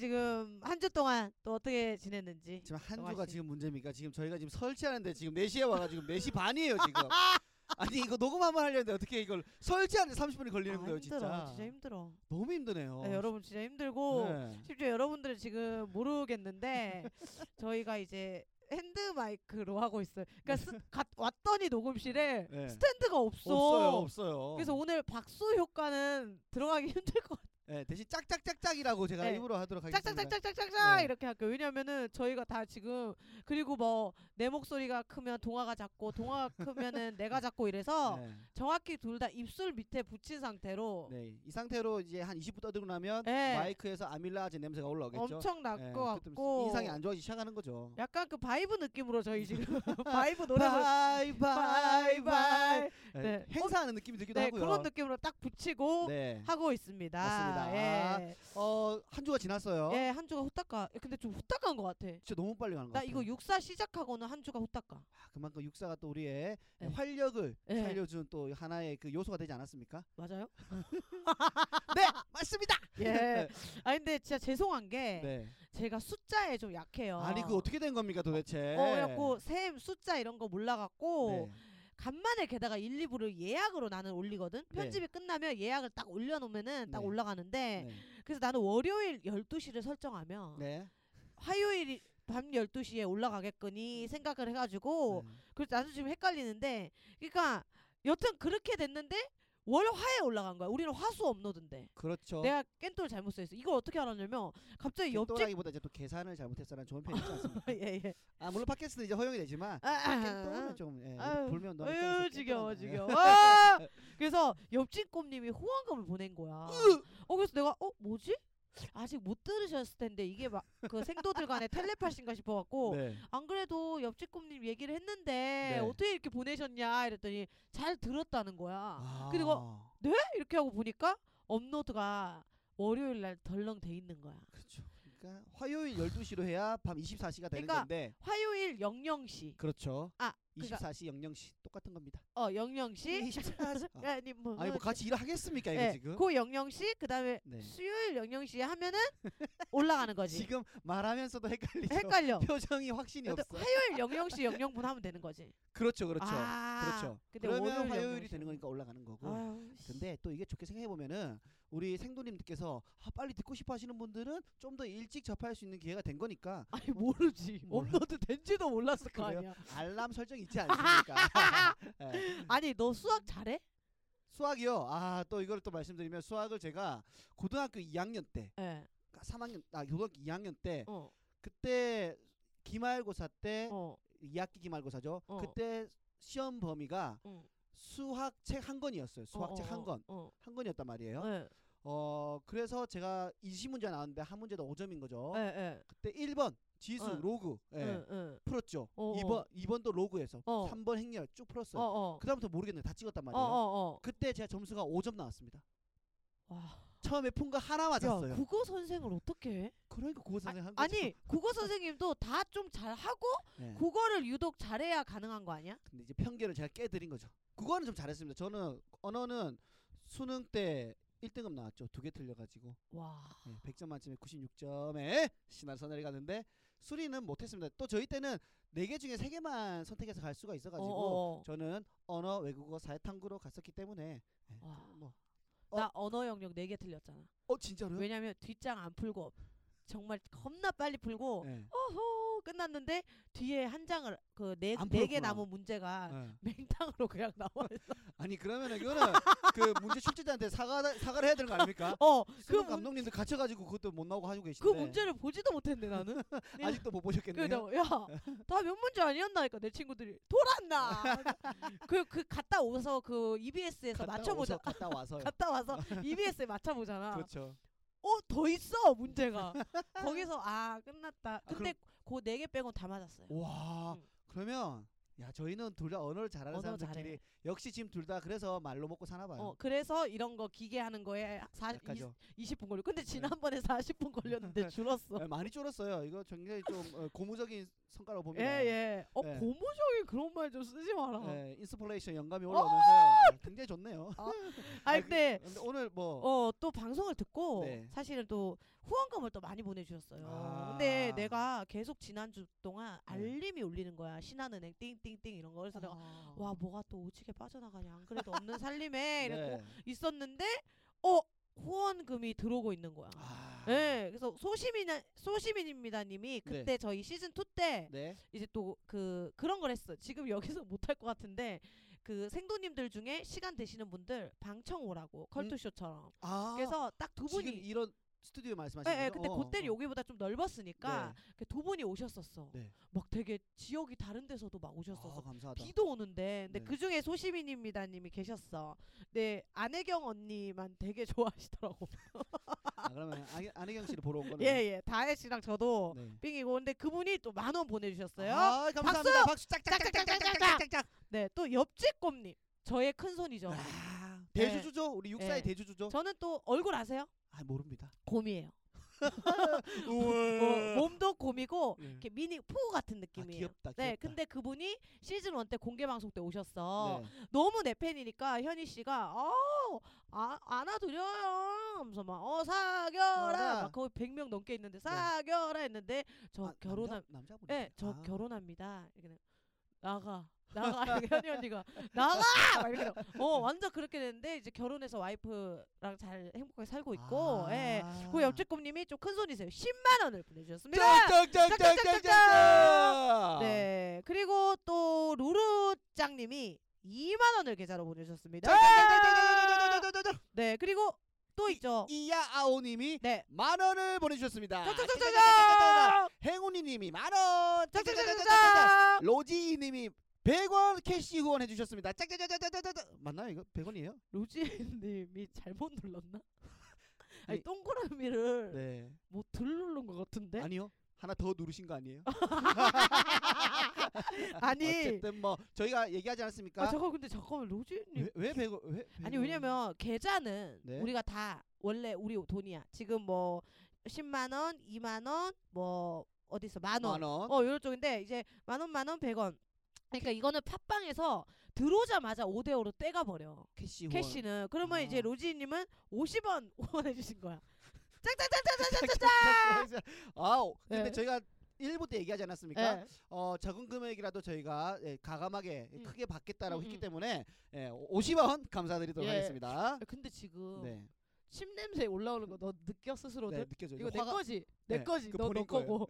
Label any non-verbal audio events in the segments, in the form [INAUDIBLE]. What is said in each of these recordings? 네. 한 주 동안 또 어떻게 지냈는지. 지금 한 영화 주가 씨. 지금 문제입니까? 지금 저희가 지금 설치하는데 지금 4시에 와가 지금 [LAUGHS] 4시 반이에요 지금. 아니 이거 녹음 한번 하려는데 어떻게 이걸 설치하는데 30분이 걸리는 아, 거예요 힘들어. 진짜. 진짜 힘들어. 너무 힘드네요. 네, 여러분 진짜 힘들고 네. 심지어 여러분들은 지금 [LAUGHS] 모르겠는데 저희가 이제 핸드 마이크로 하고 있어요. 그러니까 스- 갓 왔더니 녹음실에 네. 스탠드가 없어. 없어요 없어요. 그래서 오늘 박수 효과는 들어가기 힘들 것 같아요. 네, 대신 짝짝짝짝이라고 제가 네. 입으로 하도록 하겠습니다. 짝짝짝짝짝짝 네. 이렇게 할게요. 왜냐면은 저희가 다 지금 그리고 뭐 내 목소리가 크면 동화가 작고 동화가 크면은 내가 작고 이래서 네. 정확히 둘 다 입술 밑에 붙인 상태로 네, 이 상태로 이제 한 20분 떠들고 나면 네. 마이크에서 아밀라아제 냄새가 올라오겠죠. 엄청 날 네, 것 그때부터 같고 인상이 안 좋아지기 시작하는 거죠. 약간 그 바이브 느낌으로 저희 [LAUGHS] 지금 [LAUGHS] 바이브 노래를 바이 바이 바이. 네, 네. 행사하는 느낌이 들기도 네, 하고요. 그런 느낌으로 딱 붙이고 네. 하고 있습니다. 맞습니다. 예. 어, 한 주가 지났어요. 예, 한 주가 후딱 가. 근데 좀 후딱 간 것 같아. 진짜 너무 빨리 가는 것 나 같아요. 이거 육사 시작하고는 한 주가 후딱 가. 아, 그만큼 육사가 또 우리의 네. 활력을 네. 살려준 또 하나의 그 요소가 되지 않았습니까? 맞아요? [LAUGHS] 네, 아, 맞습니다. 예. 아 근데 진짜 죄송한 게 네. 제가 숫자에 좀 약해요. 아니 그 어떻게 된 겁니까 도대체? 어, 그래갖고 셈 숫자 이런 거 몰라갖고 네. 간만에 게다가 1, 2부를 예약으로 나는 올리거든. 편집이 끝나면 예약을 딱 올려놓으면은 딱 네. 올라가는데 네. 그래서 나는 월요일 12시를 설정하면 네. 화요일 밤 12시에 올라가겠거니 생각을 해가지고 음. 네. 그래서 나도 지금 헷갈리는데 그러니까 여튼 그렇게 됐는데 월화에 올라간 거야. 우리는 화수 업로드인데. 그렇죠. 내가 깬돌 잘못 써있어. 이걸 어떻게 알았냐면 갑자기 옆집 깻또라기보다 이제 또 계산을 잘못했어라는 좋은 편이 있지 않습니까? [LAUGHS] 예, 예. 아 물론 팟캐스트는 이제 허용이 되지만 아, 아, 깻또는 아. 좀 예, 아유, 불면 너 아유 지겨워 지겨워 [LAUGHS] 아! 그래서 옆집 꼼님이 호환금을 보낸 거야 어 그래서 내가 어 뭐지 아직 못 들으셨을 텐데 이게 막 그 생도들 간의 텔레파신가 싶어갖고 네. 안 그래도 옆집 꼼님 얘기를 했는데 네. 어떻게 이렇게 보내셨냐 이랬더니 잘 들었다는 거야 아. 그리고 이렇게 하고 보니까 업로드가 월요일 날 덜렁 돼 있는 거야 그렇죠. 그러니까 화요일 12시로 해야 밤 24시가 되는 그러니까- 건데 화요일 00시 그렇죠. 아, 그러니까- 24시 00시 똑같은 겁니다. 어 [LAUGHS] 00시 24시. 아, [LAUGHS] 아니 뭐 아니 뭐 같이 일하겠습니까 이거 예, 네, 지금? 그 영영 씨 그다음에 네. 수요일 영영 씨 하면은 올라가는 거지. 지금 말하면서도 헷갈리죠. 헷갈려. 표정이 확신이 근데 없어. 화요일 영영 씨 영영분 하면 되는 거지. 그렇죠, 그렇죠. 아, 그렇죠. 근데 그러면 월요일 화요일이 영영이죠. 되는 거니까 올라가는 거고. 아유, 씨. 근데 또 이게 좋게 생각해 보면은 우리 생도님께서 아, 빨리 듣고 싶어 하시는 분들은 좀 더 일찍 접할 수 있는 기회가 된 거니까 아니 모르지. 몰라. 업로드 된지도 몰랐을 거 그래요? 아니야. 알람 설정 있지 [LAUGHS] 않습니까? 예. 아니 너 수학 잘해? 수학이요. 아 또 이걸 또 말씀드리면 수학을 제가 고등학교 2학년 때, 예. 3학년, 아 고등학교 2학년 때 어. 그때 기말고사 때 어. 2학기 기말고사죠. 어. 그때 시험 범위가 응. 수학 책 한 권이었어요. 수학 책 한 권. 어. 한 권이었단 말이에요. 예. 어 그래서 제가 20문제 나왔는데 한 문제도 5점인 거죠. 예. 예. 그때 1번 지수 어. 로그 예, 예, 예. 풀었죠. 어, 2번 2번도 로그에서 어. 3번 행렬 쭉 어, 풀었어요. 어. 그다음부터 모르겠는데 다 찍었단 어, 말이에요. 어, 어. 그때 제가 점수가 5점 나왔습니다. 와. 처음에 푼 거 하나 맞았어요. 야, 국어 선생을 어떻게 해? 그러니까 국어 선생 한 아, 거죠. 아니, 국어 선생님도 다 좀 잘하고 예. 국어를 유독 잘해야 가능한 거 아니야? 근데 이제 편견을 제가 깨드린 거죠. 국어는 좀 잘했습니다. 저는 언어는 수능 때 1등급 나왔죠. 두 개 틀려가지고 와. 예, 100점 만점에 96점에 신한 선을 갔는데 수리는 못했습니다. 또 저희 때는 네 개 중에 세 개만 선택해서 갈 수가 있어가지고 어, 어. 저는 언어 외국어 사회탐구로 갔었기 때문에 예, 와. 뭐. 어. 나 언어 영역 4개 틀렸잖아. 어 진짜로요? 왜냐면 뒷장 안 풀고 정말 겁나 빨리 풀고 예. 어허 끝났는데 뒤에 한 장을 안 그네개 풀었구나. 남은 문제가 예. 맹탕으로 그냥 [LAUGHS] 나와 있어. 아니 그러면 이거는 그 문제 출제자한테 사과 사과를 해야 되는 거 아닙니까? 어, 그, 그 문- 감독님도 갇혀가지고 그것도 못 나오고 하고 그 계신데 문제를 보지도 못했네 나는. 아직도 못 보셨겠네요. 그래서 야다 몇 문제 아니었나니까 내 친구들이 [LAUGHS] 돌았나. 그 그 갔다 오서 그 EBS에서 갔다 맞춰보자. 와서- 갔다 와서 갔다 [LAUGHS] 와서 EBS에 맞춰보잖아. 그렇죠. 어 더 있어 [LAUGHS] 문제가. 거기서 아 끝났다. 그럼- 근데 그 네 개 빼고 다 맞았어요. 와 음. 그러면 야 저희는 둘 다 언어를 잘하는 언어 사람들끼리 잘해. 역시 지금 둘 다 그래서 말로 먹고 사나 봐요. 어, 아, 그래서 이런 거 기계하는 거에 사, 음. 약간 좀 20, 분 걸려. 근데 지난번에 40분 [LAUGHS] 걸렸는데 줄었어. 예, 네, 많이 줄었어요. 이거 굉장히 좀 어, 고무적인 성과라고 예, 봅니다. 예. 어, 네. 고무적인 그런 말 좀 쓰지 마라. 네, 인스플레이션 영감이 어! 올라오면서 굉장히 좋네요. 아, 아, 근데 근데 오늘 뭐 어, 또 방송을 듣고 네. 사실은 또 후원금을 또 많이 보내주셨어요. 아. 근데 내가 계속 지난주 동안 네. 아. 알림이 울리는 거야. 신한은행 띵띵띵 이런 거. 그래서 내가 와 뭐가 또 오지게 빠져나가냐. 안 그래도 없는 살림에 이랬고 [LAUGHS] 네. 있었는데 어 후원금이 들어오고 있는 거야. 아, 네, 그래서 소시민 소시민입니다님이 네. 그때 저희 시즌 2 때 네. 이제 또 그 그런 걸 했어. 지금 여기서 [LAUGHS] 못 할 것 같은데 그 생도님들 중에 시간 되시는 분들 방청 오라고 컬투쇼처럼. 음. 아, 그래서 딱 두 분이 지금 이런 스튜디오 말씀하시는 예, 예, 거죠? 근데 어, 그때는 어. 여기보다 좀 넓었으니까 그두 분이 오셨었어. 네. 막 되게 지역이 다른 데서도 막 오셨었어. 아, 감사하다. 비도 오는데 근데 네. 그 중에 소시민입니다님이 계셨어. 네 안혜경 언니만 되게 [LAUGHS] 좋아하시더라고. 아, 그러면 안, 안혜경 씨를 보러 온 거는 예예 예. 다혜 씨랑 저도 네. 빙이고 근데 그분이 또 만 원 보내주셨어요. 아, 감사합니다. 박수 짝짝짝짝짝짝짝짝. 네 또 옆집 꼼님 저의 큰 손이죠. 아, 네. 대주주죠. 우리 육사의 네. 대주주죠. 저는 또 얼굴 아세요? 아, 모릅니다. 곰이에요. 우와. 음. 어, 몸도 곰이고 네. 이렇게 미니 포 같은 아, 느낌이에요. 귀엽다. 네, 귀엽다. 근데 그분이 시즌 1 때 공개 방송 때 오셨어. 네. 너무 내 팬이니까 현희 씨가 어, 아, 안아드려요. 하면서 막 어, 사겨라. 어라. 네. 막 거의 100명 넘게 있는데 사겨라 했는데 저 아, 결혼함 남자, 남자분이. 예, 저 결혼합니다. 이렇게 나가. 나가 [LAUGHS] 이렇게 현희 언니가 나가 막 이렇게 어 네. 완전 그렇게 됐는데 이제 결혼해서 와이프랑 잘 행복하게 살고 있고 아. 예. 그 옆집꿈님이 좀 큰 손이세요. 10만 원을 보내주셨습니다. 짝짝짝짝짝짝. 네. 그리고 또 루루짱님이 2만 원을 계좌로 보내주셨습니다. 짝짝짝짝짝짝짝짝짝짝. 네. 그리고 또 있죠. 이야아오님이 네. 만 원을 보내주셨습니다. 짝짝짝짝짝짝. 짝짝짝짝짝. 행운이님이 만 원. 짝짝짝짝짝짝. 짝짝짝짝. 로지이님이 100원 캐시 후원해 주셨습니다. 짝짝짝짝짝짝. 맞나요 이거 100원이에요? 로지님이 잘못 [LAUGHS] 눌렀나? 아니 아니, 동그라미를 네. 뭐덜 누른 것 같은데? 아니요. 하나 더 누르신 거 아니에요? [LAUGHS] 아니. 어쨌든 뭐 저희가 얘기하지 않았습니까? 아 잠깐 근데 잠깐만 로지님. 왜, 왜 100원? 왜 100원? 아니 왜냐면 계좌는 네. 우리가 다 원래 우리 돈이야. 지금 뭐 10만 원, 2만 원, 뭐 어디서 만 원. 만 원. 어, 요런 쪽인데 이제 만 원, 만 원, 백 원. 그러니까 이거는 팟빵에서 들어오자마자 5대 5로 떼가 버려. 캐시 후원. [LAUGHS] 캐시는 그러면 아. 이제 로지 님은 50원 [LAUGHS] 후원해 주신 거야. 아, 근데 네. 저희가 1부 때 얘기하지 않았습니까? 예. 어, 작은 금액이라도 저희가 예, 가감하게 음. 크게 받겠다라고 음, 했기 음. 때문에 예, 50원 감사드리도록 예. 어, 하겠습니다. 근데 지금 네. 침 냄새 올라오는 거 너 느껴 스스로들? 네, 느껴져. 이거 내 화가- 거지. 내 네, 거지. 그거 너 너 본인 거예요. [LAUGHS] 거고.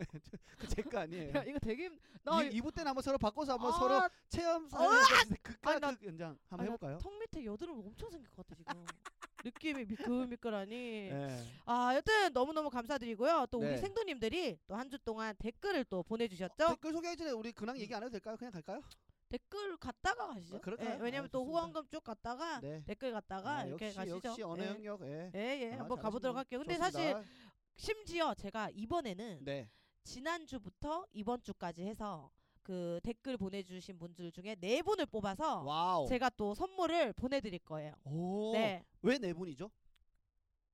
[LAUGHS] 제거 아니에요. 야, 이거 되게 힘- 나 이, 2부 때는 한번 서로 바꿔서 한번 아, 서로 체험 사는 아니, 나- 극과 극 연장 한번 아니, 나 해볼까요? 턱 밑에 여드름 엄청 생길 것 같아 [LAUGHS] 지금. 느낌이 미끌미끌하니. 예. 아 여튼 너무너무 감사드리고요. 또 우리 네. 생도님들이 또 한 주 동안 댓글을 또 보내주셨죠. 댓글 소개하기 전에 우리 근황 음. 얘기 안 해도 될까요? 그냥 갈까요? 댓글 갔다가 가시죠. 아, 그럴까요? 예, 왜냐면 아, 또 좋습니다. 후원금 쭉 갔다가 네. 댓글 갔다가 아, 이렇게 역시 가시죠. 역시 언어 예. 영역. 예. 예, 예. 아, 한번 잘하시네요. 가보도록 할게요. 근데 사실 좋습니다. 심지어 제가 이번에는 네. 지난주부터 이번 주까지 해서 그 댓글 보내주신 분들 중에 네 분을 뽑아서 와우. 제가 또 선물을 보내드릴 거예요. 오. 네. 왜네 분이죠?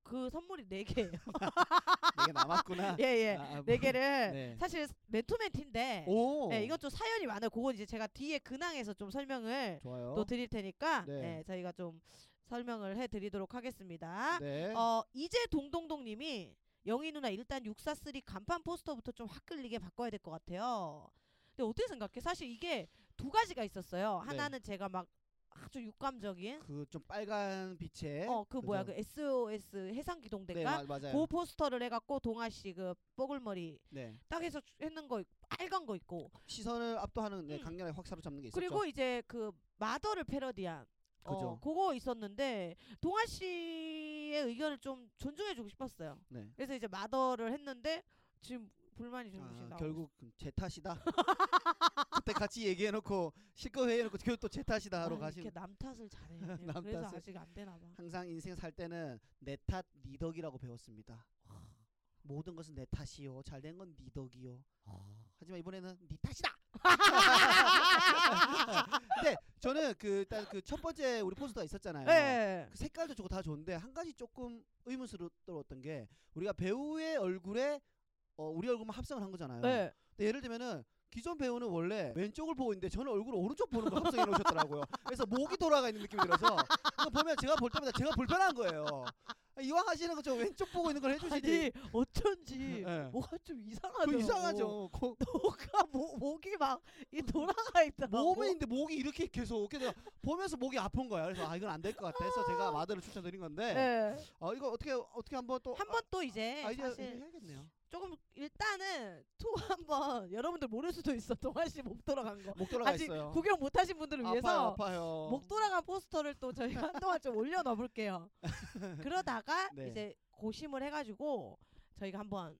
그 선물이 네 개예요. [LAUGHS] 이게 네 남았구나. [LAUGHS] 예, 예. 아, 아, 네 개를 네. 사실 맨투맨티인데 오. 네, 이건 좀 사연이 많아요. 그건 이제 제가 뒤에 근황에서 좀 설명을 좋아요. 또 드릴 테니까 네. 네, 저희가 좀 설명을 해드리도록 하겠습니다. 네. 어 이제 동동동님이 영희 누나 일단 643 간판 포스터부터 좀 확 끌리게 바꿔야 될 것 같아요. 근데 어떻게 생각해? 사실 이게 두 가지가 있었어요. 네. 하나는 제가 막 아주 육감적인 그 좀 빨간 빛에 어 그 뭐야 그 네. 그죠? SOS 해상기동대가 네, 마, 맞아요. 그 포스터를 해갖고 동아 씨그 뽀글머리 네. 딱 해서 했는 거 있- 빨간 거 있고 시선을 압도하는 네, 음. 강렬하게 확 사로잡는 게 있었죠. 그리고 이제 그 마더를 패러디한 어, 그죠. 그거 있었는데 동아 씨의 의견을 좀 존중해주고 싶었어요. 네. 그래서 이제 마더를 했는데 지금 불만이 조금씩 아, 나오고 결국 제 탓이다. [LAUGHS] 그때 같이 얘기해놓고 실컷 회의해놓고 결국 또제 탓이다 하러 있어요. 아, 이렇게 가시는. 남 탓을 [LAUGHS] 잘해. 남 그래서 탓을. 아직 안 되나 봐. 네 항상 인생 살 때는 내 탓 니 덕이라고 배웠습니다. 모든 것은 내 탓이요. 잘 된 건 네 덕이요. 아, 하지만 이번에는 네 [LAUGHS] 탓이다. 근데 저는 그 일단 그 첫 번째 우리 포스터가 있었잖아요. 네. 그 색깔도 좋고 다 좋은데 한 가지 조금 의문스러웠던 게 우리가 배우의 얼굴에 어, 우리 얼굴만 합성을 한 거잖아요. 네. 근데 예를 들면은 기존 배우는 원래 왼쪽을 보고 있는데 저는 얼굴 오른쪽 보는 걸 합성해 놓으셨더라고요. 그래서 목이 돌아가 있는 느낌이 들어서 그거 보면 제가 볼 때마다 제가 불편한 거예요. 이왕 하시는 거 저 왼쪽 보고 있는 걸 해주시지. 아니 어쩐지 예. 뭐가 좀 그 이상하더라고. 이상하죠. 거- 너가 모, 목이 막 이 돌아가 있다. 몸에 있는데 목이 이렇게 계속 그래서 보면서 목이 아픈 거야. 그래서 아 이건 안 될 것 같아 해서 제가 마드를 추천드린 건데 네. 아 이거 어떻게 어떻게 한번 또 한번 또 이제 아이디어 사실 해야겠네요. 조금 일단은 투 한번 여러분들 모를 수도 있어 동환 씨 목 돌아간 거 목 돌아가 아직 있어요. 구경 못하신 분들을 아파요, 위해서 아파요. 목 돌아간 포스터를 또 저희가 [LAUGHS] 한동안 좀 올려놔 볼게요 그러다가 [LAUGHS] 네. 이제 고심을 해가지고 저희가 한번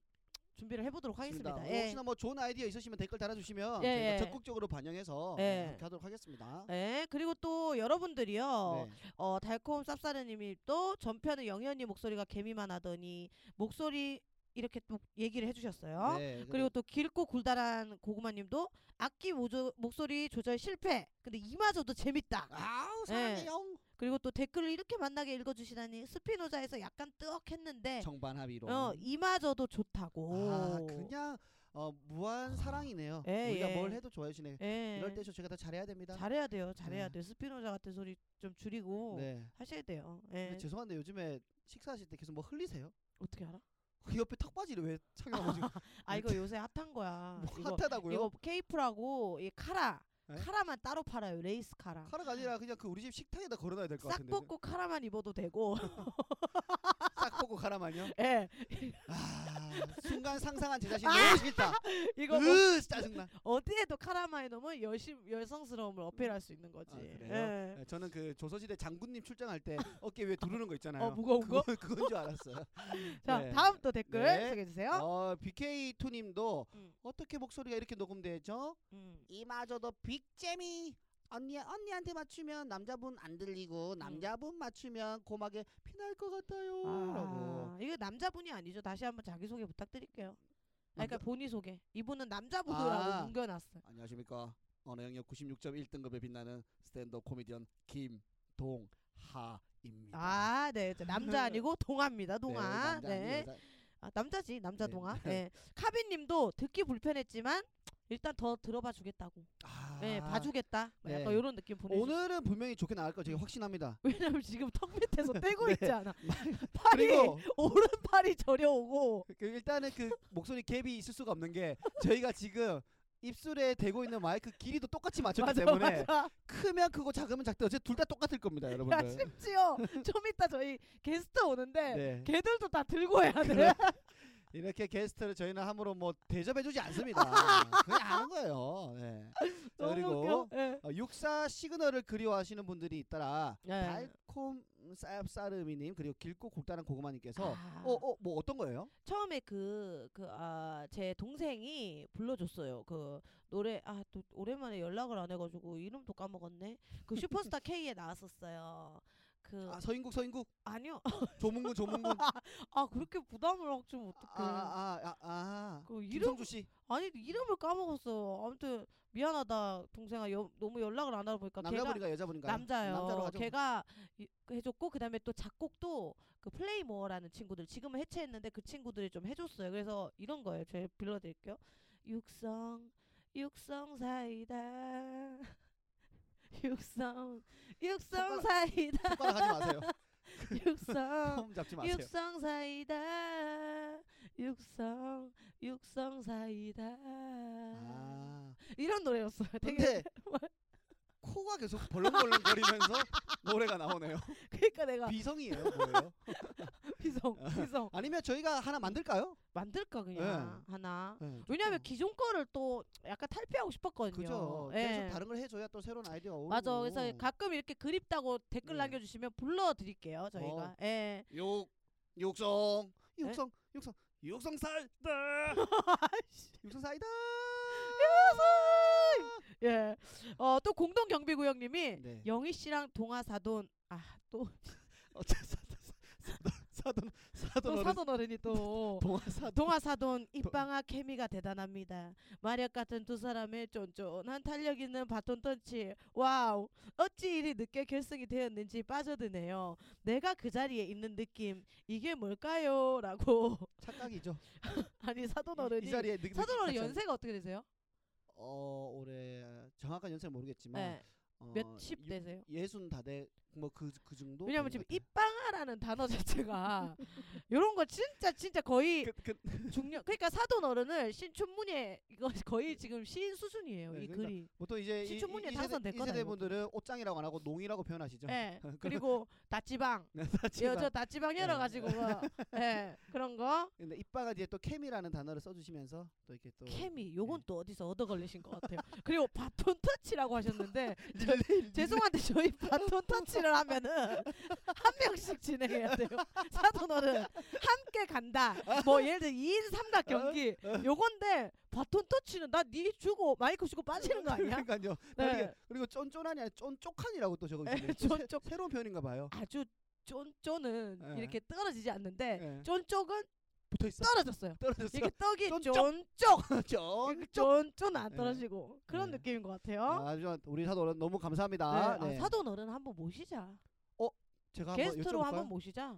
준비를 해보도록 하겠습니다 좋습니다. 예. 혹시나 뭐 좋은 아이디어 있으시면 댓글 달아주시면 예, 저희가 예. 적극적으로 반영해서 네, 예. 함께 하도록 하겠습니다. 예, 그리고 또 여러분들이요 뭐? 네. 어, 달콤 쌉싸르님이 또 전편은 영현이 목소리가 개미만 하더니 목소리 이렇게 또 얘기를 해주셨어요 네, 그리고 또 길고 굴다란 고구마님도 악기 모조, 목소리 조절 실패. 근데 이마저도 재밌다. 아우 사랑해요. 그리고 또 댓글을 이렇게 만나게 읽어주시다니 스피노자에서 약간 뜨억했는데 정반 합의로. 어 이마저도 좋다고. 아 그냥 어, 무한 사랑이네요. 아. 예, 우리가 예. 뭘 해도 좋아해 주네. 예. 이럴 때 제가 더 잘해야 됩니다. 잘해야 돼요. 잘해야 네. 돼요. 스피노자 같은 소리 좀 줄이고 네. 하셔야 돼요. 근데 예. 죄송한데 요즘에 식사하실 때 계속 뭐 흘리세요? [LAUGHS] 어떻게 알아? 그 옆에 턱받이를 왜 착용하고 지금 아 이거 요새 핫한 거야. 네. 뭐 [LAUGHS] 이거 핫하다고요? 이거 케이프라고 이 카라 네? 카라만 따로 팔아요. 레이스 카라. 카라가 아니라 그냥 그 우리 집 식탁에다 걸어놔야 될 것 싹 같은데. 벗고 카라만 입어도 되고. 싹 벗고 가라만요. [LAUGHS] 예. 아 순간 상상한 제 자신 아! 너무 싫다. 이거 뭐 으 짜증나. 어디에도 카라마에 넣으면 여심 열성스러움을 어필할 수 있는 거지. 아, 그래요? 예. 네, 저는 그 조선시대 장군님 출장할 때 어깨 위에 두르는 거 있잖아요. 어, 무거운 거? 그건, 그건 줄 [LAUGHS] 알았어요. 자 네. 다음 또 댓글 네. 소개해 주세요. 어, BK2님도 음. 어떻게 목소리가 이렇게 녹음되죠? 음. 이마저도 빅잼이 언니 언니한테 맞추면 남자분 안 들리고 남자분 맞추면 고막에 피날 것 같아요. 라고. 음. 아, 이거 남자분이 아니죠. 다시 한번 자기 소개 부탁드릴게요. 아, 그러니까 남자- 본인 소개. 이분은 남자분이라고 아. 뭉겨놨어요. 안녕하십니까? 언어 영역 96.1등급에 빛나는 스탠드업 코미디언 김동하입니다. 아, 네, 저 [LAUGHS] 남자 아니고 동아입니다. 동아. 남자 네, 아니에요, 남자 여자. 지 남자 네. 동아. 네, 카빈님도 듣기 불편했지만 일단 더 들어봐 주겠다고. 아. 네, 봐주겠다. 뭐 네. 약간 이런 느낌 보내. 오늘 오늘은 분명히 좋게 나갈 거 제가 [LAUGHS] 확신합니다. 왜냐면 지금 턱 밑에서 떼고 [LAUGHS] 네. 있지 않아. 팔이 그리고 오른팔이 저려오고 그 일단은 그 목소리 갭이 있을 수가 없는 게 저희가 지금 입술에 대고 있는 마이크 길이도 똑같이 맞췄기 맞아 때문에 맞아 크면 크고 작으면 작다 어째 둘 다 똑같을 겁니다 야 여러분들 심지어 좀 이따 저희 게스트 오는데 네. 걔들도 다 들고 해야 돼 그래. [LAUGHS] 이렇게 게스트를 저희는 함으로 뭐 대접해주지 않습니다 그냥 아는 거예요 네. 자, [LAUGHS] 너무 그리고 웃겨 예. 어, 육사 시그널을 그리워하시는 분들이 있더라 네. 달콤 쌉싸름이님 그리고 길고 굵다란 고구마님께서 아, 어 어 뭐 어떤 거예요? 처음에 그 그 제 동생이 불러줬어요 그 노래 아 또 오랜만에 연락을 안 해가지고 이름도 까먹었네 그 [LAUGHS] 슈퍼스타 K에 나왔었어요 그 아 음. 서인국 서인국 아, 니요 조문군 조문군 [LAUGHS] 아 그렇게 부담을 하고 좀 어떡해 아, 아아아 아, 아. 그 이름 김성주 씨 아니 이름을 까먹었어 아무튼 미안하다 동생아 여, 너무 연락을 안 하다 보니까 어, 걔가 남자분인가 여자분인가 남자요. 그러니까 남자로 하죠. 걔가 이- 해줬고 그다음에 또 작곡도 그 플레이모어라는 친구들 지금은 해체했는데 그 친구들이 좀 해줬어요. 그래서 이런 거예요. 제가 빌려드릴게요. 육성 육성 사이다. [LAUGHS] 육성 육성 손가락- 사이다. 손가락 하지 [LAUGHS] 마세요. 육성 폼 잡지 그 [LAUGHS] 마세요. 육성 사이다. 육성 육성 사이다. 아. 이런 노래였어요. 되게 근데 코가 계속 벌렁벌렁거리면서 [LAUGHS] 노래가 나오네요. 그러니까 내가 비성이에요, 어. 뭐예요? [LAUGHS] 비성 비성 아니면 저희가 하나 만들까요? 만들까 그냥 하나. 네. 왜냐면 기존 거를 또 약간 탈피하고 싶었거든요. 그죠. 예. 계속 다른 걸 해줘야 또 새로운 아이디어 어울리고. 맞아. 그래서 가끔 이렇게 그립다고 댓글 네. 어. 남겨주시면 불러드릴게요. 저희가. 예. 육 육성 육성 육성 육성 [LAUGHS] 사이다. 육성 사이다. 예. 어, 또 공동 경비구역님이 네. 어, 영희 씨랑 동아 사돈 아 또 어째 사돈 사돈 사돈 사돈 또 어른 사돈 어른이 [LAUGHS] 또 동화 사돈 동화 사돈 입방아 케미가 대단합니다. 마력 같은 두 사람의 쫀쫀한 탄력 있는 바톤 턴치. 와우. 어찌 이리 늦게 결승이 되었는지 빠져드네요. 내가 그 자리에 있는 느낌 이게 뭘까요?라고. [LAUGHS] 착각이죠. 이- 아니 사돈 이, 어른이 자리에 느, 사돈 어른 느낌 자체는- 아, 연세가 어떻게 되세요? 어 올해 정확한 연세는 모르겠지만 네. 어, 몇십 유- 되세요? 예순 다돼뭐그 그 정도. 왜냐면 되는 지금 것 같아요. 입방아라는 단어 [LAUGHS] 자체가 요런 거 진짜 진짜 거의 그, 그, 중년 그러니까 사돈 어른을 신춘문예 이거 거의 지금 시인 수준이에요 네, 이 그러니까 글이 보통 이제 이- 이- 시춘문예 이 당선될 세대, 이 거다, 세대 이거. 분들은 옷장이라고 안 하고 농이라고 표현하시죠. 예 그런- 그리고 다찌방 [LAUGHS] 네, 여, 사실은. 저 다찌방 예. 열어가지고 [LAUGHS] 뭐, 예 그런 거 근데 입바가 뒤에 또 케미라는 단어를 써주시면서 또 이렇게 또 [LAUGHS] 예. 케미 요건 또 어디서 얻어 걸리신 것 같아요 그리고 바톤 터치라고 [LAUGHS] 하셨는데 릴레이 죄송한데 저희 바톤 터치를 하면은 한 명씩 진행해야 [LAUGHS] 돼요. 사돈어른 함께 간다. 뭐 예를 들어 2인 삼각 경기 어? 요건데 바톤 터치는 나 니 주고 마이크 주고 빠지는 거 아니야? 그러니까요. 네. 그리고 쫀쫀하냐 쫀쪽한이라고 또 적어 에, 주시네요. 또 새- 쫀쪽. 새로운 표현인가 봐요. 아주 쫀쫀은 예. 이렇게 떨어지지 않는데 예. 쫀쪽은 붙어 있어. 떨어졌어요. 떨어졌어. [LAUGHS] 이렇게 떡이 쫀쪽. 쫀쪽 쫀쪽. 쫀쫀 그 안 예. 떨어지고 그런 예. 느낌인 것 같아요. 아, 아주 우리 사도는 너무 감사합니다. 네. 어? 아, 사돈어른 한번 모시자. 제가 한번 게스트로 여쭤볼까요? 한번 모시자.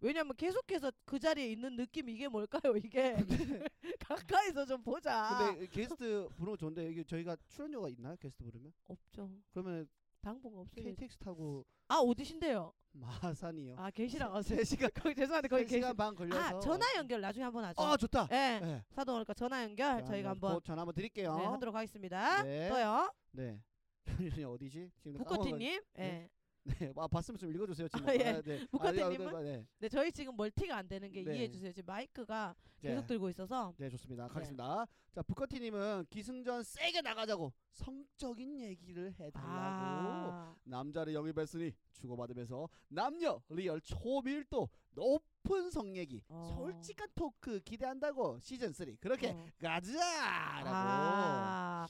왜냐면 계속해서 그 자리에 있는 느낌 이게 뭘까요? [LAUGHS] 이게 [LAUGHS] 가까이서 좀 보자. 근데 [LAUGHS] 게스트 부르면 좋은데 이게 저희가 출연료가 있나요? 게스트 부르면? 없죠. 그러면 당분간 없어요. KTX 타고 아 어디신데요? 마산이요. 아 계시라고 하세요. 3시간 거기 죄송한데 거기 계시. 3시간 반 걸려서 아 전화 연결 나중에 한번 하죠. 아, 좋다. 예. 네. 사돈 오니까 전화 연결 저희가 한번 곧 전화 한번 드릴게요. 네, 하도록 하겠습니다. 네. 또요 네. [LAUGHS] 편의점이 어디지? 지금 까먹어가지고. 부코티님. 예. 네. 네, 아 봤으면 좀 읽어주세요 지금. 아, 예. 네. 북한대님은? 아, 네. 네 저희 지금 멀티가 안 되는 게 네. 이해해 주세요. 지금 마이크가 네. 계속 들고 있어서. 네, 좋습니다. 가겠습니다. 자, 북커티님은 기승전 세게 나가자고 성적인 얘기를 해달라고. 아. 남자를 영입했으니 주고받으면서 남녀 리얼 초밀도 높은 성 얘기, 어. 솔직한 토크 기대한다고 시즌 3 그렇게 어. 가자라고. 아,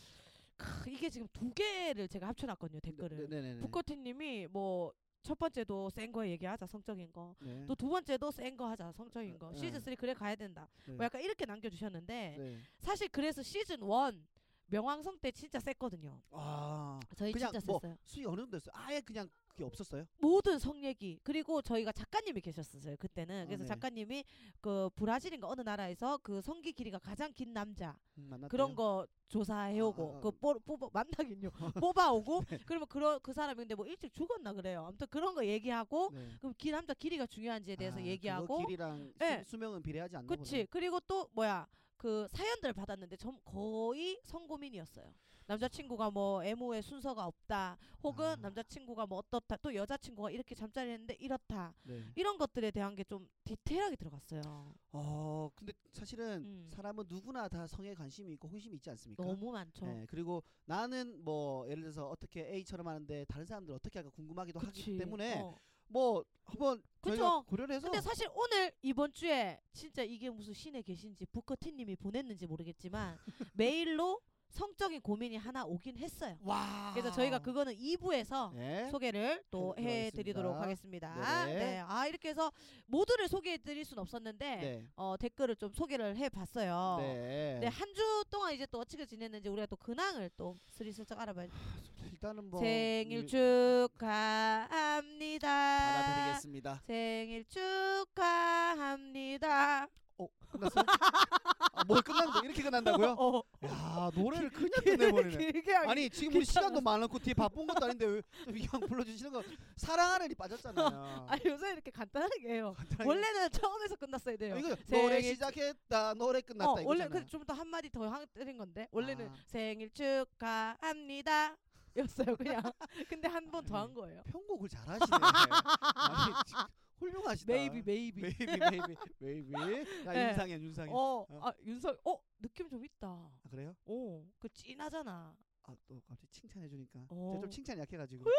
크, 이게 지금 두 개를 제가 합쳐놨거든요 댓글을. 네네네. 북커티님이 뭐 첫 번째도 센 거 얘기하자 성적인 거. 네. 또 두 번째도 센 거 하자 성적인 거. 네. 시즌 3 그래 가야 된다. 네. 뭐 약간 이렇게 남겨주셨는데 네. 사실 그래서 시즌 1 명왕성 때 진짜 셌거든요. 아, 저희 그냥 진짜 뭐- 셌어요. 수익 어느 정도 됐어요? 아예 그냥 그게 없었어요? 모든 성 얘기 그리고 저희가 작가님이 계셨었어요 그때는. 아, 그래서 네. 작가님이 그 브라질인가 어느 나라에서 그 성기 길이가 가장 긴 남자 음, 만났대요? 그런 거 조사해오고 아, 네. 아, 그 뽑, 뽑아 [LAUGHS] 만나긴요 뽑아오고 그러면 그런 그 사람이 근데 뭐 일찍 죽었나 그래요 아무튼 그런 거 얘기하고 네. 그럼 기 남자 길이가 중요한지에 대해서 아, 그거 얘기하고 길이랑 예. 수, 수명은 비례하지 않는 거죠. 그치 그리고 또 뭐야 그 사연들을 받았는데 전 거의 성고민이었어요 남자친구가 뭐 애모의 순서가 없다 혹은 아. 남자친구가 뭐 어떻다 또 여자친구가 이렇게 잠자리 했는데 이렇다 네. 이런 것들에 대한 게 좀 디테일하게 들어갔어요 어 근데 사실은 음. 사람은 누구나 다 성에 관심이 있고 호심이 있지 않습니까? 너무 많죠 네, 그리고 나는 뭐 예를 들어서 어떻게 A처럼 하는데 다른 사람들 어떻게 할까 궁금하기도 그치 하기 때문에 어. 뭐 한번 저희가 그쵸. 고려를 해서 근데 사실 오늘 이번 주에 진짜 이게 무슨 신에 계신지 부커티님이 보냈는지 [LAUGHS] 모르겠지만 메일로 성적인 고민이 하나 오긴 했어요. 와 그래서 저희가 그거는 2부에서 아. 네. 소개를 또 해드리도록 해드리도록 하겠습니다. 하겠습니다. 네네. 네. 아 이렇게 해서 모두를 소개해드릴 순 없었는데 네. 어, 댓글을 좀 소개를 해봤어요. 네. 네, 한 주 동안 이제 또 어떻게 지냈는지 우리가 또 근황을 또 슬슬쩍 알아봐야 일단은 뭐 생일 일- 축하합니다. 받아드리겠습니다. 생일 축하합니다. 어 끝났어요? 아, 뭘 끝난 거 이렇게 끝난다고요? [LAUGHS] 어, 야 노래를 그냥 끝내버리네. 길게 하기. 아니 지금 우리 시간도 귀찮아서. 많았고 뒤에 바쁜 것도 아닌데 왜좀 이왕 불러주시는 거 사랑하는이 빠졌잖아요. 아 요새 이렇게 간단하게 해요. 원래는 처음에서 끝났어야 돼요. 아, 이거 노래 생일 시작했다 노래 끝났다 어, 원래 이거잖아요. 그래서 좀더 한마디 더 하- 때린 건데 원래는 아. 생일 축하합니다. 였어요 그냥 [LAUGHS] 근데 한 번 더 한 거예요 [LAUGHS] 편곡을 잘하시네. 아니, 진짜 훌륭하시다. 메이비 메이비 메이비 메이비 메이비. 나 네. 윤상현 윤상현. 어아 윤석 어 아, 느낌 좀 있다 아, 그래요? 오그 진하잖아 아또 갑자기 칭찬해 주니까 어. 제가 좀 칭찬 약해가지고 또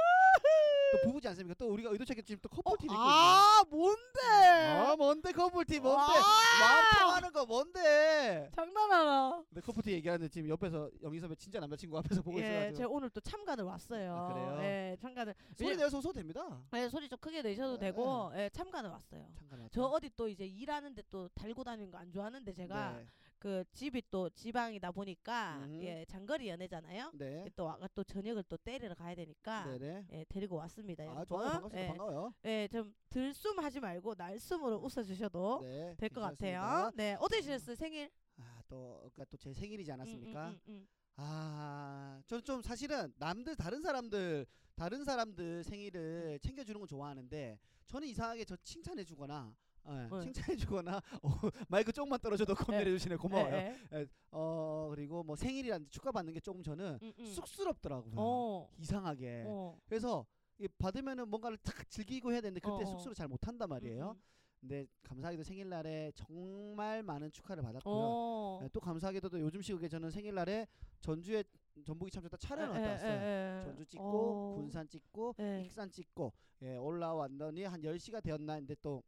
부부지 않습니까? 또 우리가 의도치 않게 지금 또 커플티 입고 있네. 어, 아 뭔데? 아 뭔데 커플티 뭔데? 아! 마음 통하는 거 뭔데? 장난하나? 근데 커플티 얘기하는데 지금 옆에서 영희 선배 진짜 남자친구 앞에서 보고 예, 있어가지고 제가 오늘 또 참관을 왔어요. 아, 그래요? 예, 참관을. 소리 왜냐- 내서 웃어도 됩니다. 예, 소리 좀 크게 내셔도 예, 되고, 예, 참관을 왔어요. 잠깐 저 어디 또 이제 일하는데 또 달고 다니는 거 안 좋아하는데 제가 그 집이 또 지방이다 보니까 네. 음. 예 장거리 연애잖아요. 네. 또 아까 또 저녁을 또 때리러 가야 되니까 네. 네. 예 데리고 왔습니다. 아 여러분. 좋아요 반갑습니다 예, 반가워요. 예, 좀 들숨하지 말고 날숨으로 웃어주셔도 네. 될 것 같아요. 괜찮습니다. 음. 네 어떻게 지냈어요 생일? 아또 그러니까 또 제 생일이지 음, 않았습니까? 음, 음, 음. 아, 저는 좀 사실은 남들 다른 사람들 다른 사람들 음. 생일을 챙겨주는 건 좋아하는데 저는 이상하게 저 칭찬해주거나 예, 네. 칭찬해주거나 [LAUGHS] 어, 마이크 조금만 떨어져도 예. 겁내려주시네 고마워요. 예, 예. 어 그리고 뭐 생일이라는데 축하받는 게 조금 저는 음, 음. 쑥스럽더라고요. 네, 어, 이상하게. 어. 그래서 이게 받으면은 뭔가를 탁 즐기고 해야 되는데 그때 어, 어. 쑥스러워 잘 못한단 말이에요. 음, 음. 근데 감사하게도 생일날에 정말 많은 축하를 받았고요. 어. 예, 또 감사하게도 또 요즘 시국에 저는 생일날에 전주에 전북이 참좋다 촬영을 예, 갔다 예, 왔어요. 예, 예. 전주 찍고 어. 군산 찍고 예. 익산 찍고 예, 올라왔더니 한 10시가 되었나 했는데 또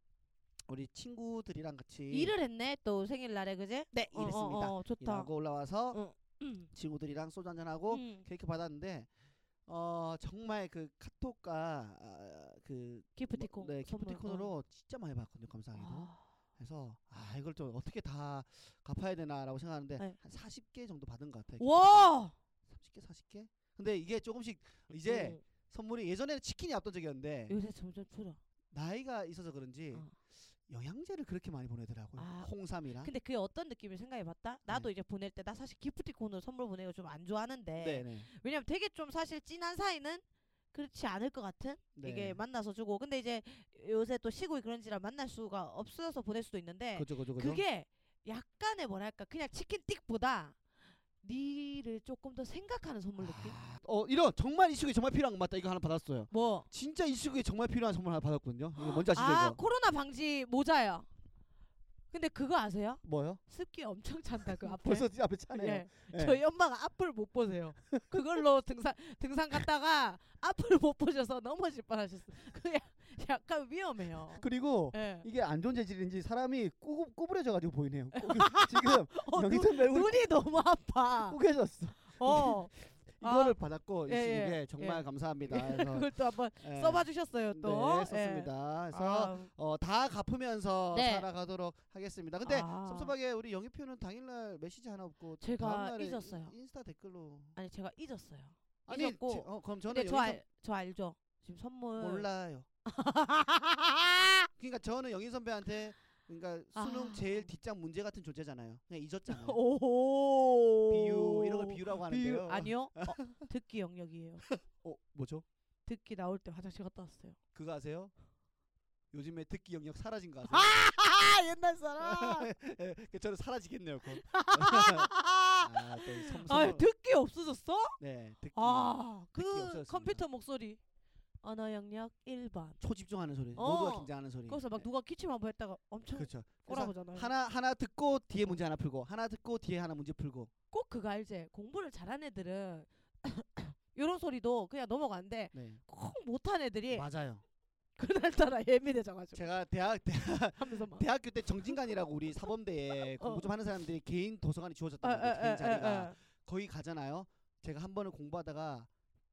우리 친구들이랑 같이 일을 했네 또 생일날에 그제? 네, 어, 일했습니다. 어, 어, 좋다. 일하고 어? 올라와서 어, 음, 친구들이랑 소주 한잔하고 음. 케이크 받았는데 어 정말 그 카톡과 아, 그 기프티콘. 뭐, 네, 선물. 기프티콘으로 진짜 많이 받거든요. 감사하게도. 아. 그래서 아 이걸 좀 어떻게 다 갚아야 되나라고 생각하는데 네. 한 40개 정도 받은 것 같아요. 와. 30개, 40개? 근데 이게 조금씩 이제 네. 어. 선물이 예전에는 치킨이 압도적이었는데 요새 점점 줄어. 나이가 있어서 그런지 음. 어. 영양제를 그렇게 많이 보내더라고요. 아, 홍삼이랑. 근데 그게 어떤 느낌을 생각해봤다? 네. 나도 이제 보낼 때 나 사실 기프티콘으로 선물 보내고 좀 안 좋아하는데 네네. 왜냐면 되게 좀 사실 찐한 사이는 그렇지 않을 것 같은 네. 이게 만나서 주고 근데 이제 요새 또 시국이 그런지라 만날 수가 없어서 보낼 수도 있는데 그죠 그죠 그죠. 그게 약간의 뭐랄까 그냥 치킨 띡보다 니를 조금 더 생각하는 선물 느낌? 아, 어 이런 정말 이 시국에 정말 필요한 거 맞다. 이거 하나 받았어요. 뭐? 진짜 이 시국에 정말 필요한 선물 하나 받았거든요. 이거 뭔지 아시죠 아 그러니까 이거? 코로나 방지 모자요. 근데 그거 아세요? 뭐요? 습기 엄청 찬다 그 앞에. 벌써 이 앞에 차네요. 예. 예. 저희 엄마가 앞을 못 보세요. 그걸로 등산 등산 갔다가 앞을 못 보셔서 넘어질 뻔하셨어요. 그 야- 약간 위험해요. 그리고 예. 이게 안 좋은 재질인지 사람이 꼬, 꼬부려져가지고 [LAUGHS] 보이네요. 꼬- 지금 어, 영희 눈, 선배 얼굴이 눈이 너무 아파. 꾸겨졌어. 어. 이거를 아, 받았고 이 예, 예, 시국에 정말 예. [LAUGHS] 감사합니다. 그래서 그걸 또 한번 예. 써봐 주셨어요 또. 네, 썼습니다. 예. 그래서 아, 어, 다 갚으면서 네. 살아가도록 하겠습니다. 근데 아. 섭섭하게 우리 영입표는 당일날 메시지 하나 없고 또 제가 다음날에 잊었어요. 인- 인스타 댓글로 아니 제가 잊었어요. 아니 잊었고. 제- 어, 그럼 저는 근데 영입표 저 알 저 알죠. 지금 선물. [LAUGHS] 몰라요. 그러니까 저는 영희 선배한테 그러니까 수능 아. 제일 뒷장 문제 같은 존재잖아요. 그냥 잊었잖아요. [LAUGHS] 오. 음. 비유 이런 걸 비유라고 하는데요. [LAUGHS] 아니요. 어, 듣기 영역이에요. 어 뭐죠? 듣기 나올 때 화장실 갔다 왔어요. 그거 아세요? 요즘에 듣기 영역 사라진 거 아세요? 아 옛날 [LAUGHS] 사람. 예, 그 저는 사라지겠네요. 그건. 아, 아, 또 선- 선물- 듣기 없어졌어? 네, 듣기 아, 듣기 그 없어졌습니다. 컴퓨터 목소리. 언어 영역 1번. 초집중하는 소리, 어. 모두가 긴장하는 소리. 거기서 막 누가 기침 한번 했다가 엄청 네. 그렇죠. 그래서 꼬라보잖아요. 하나 하나 듣고 뒤에 문제 하나 풀고, 하나 듣고 뒤에 하나 문제 풀고. 꼭 그거 알지? 공부를 잘한 애들은 [COUGHS] 이런 소리도 그냥 넘어가는데 네, 그 꼭 못한 애들이 맞아요. 그날따라 예민해져가지고 제가 대학 [LAUGHS] 대, 하면서 막. 대학교 때 정진관이라고 우리 사범대에 [LAUGHS] 어. 공부 좀 하는 사람들이 개인 도서관이 아, 주어졌단 아, 말이에요. 네, 그 개인 아, 자리가 아, 아. 거기 가잖아요. 제가 한 번은 공부하다가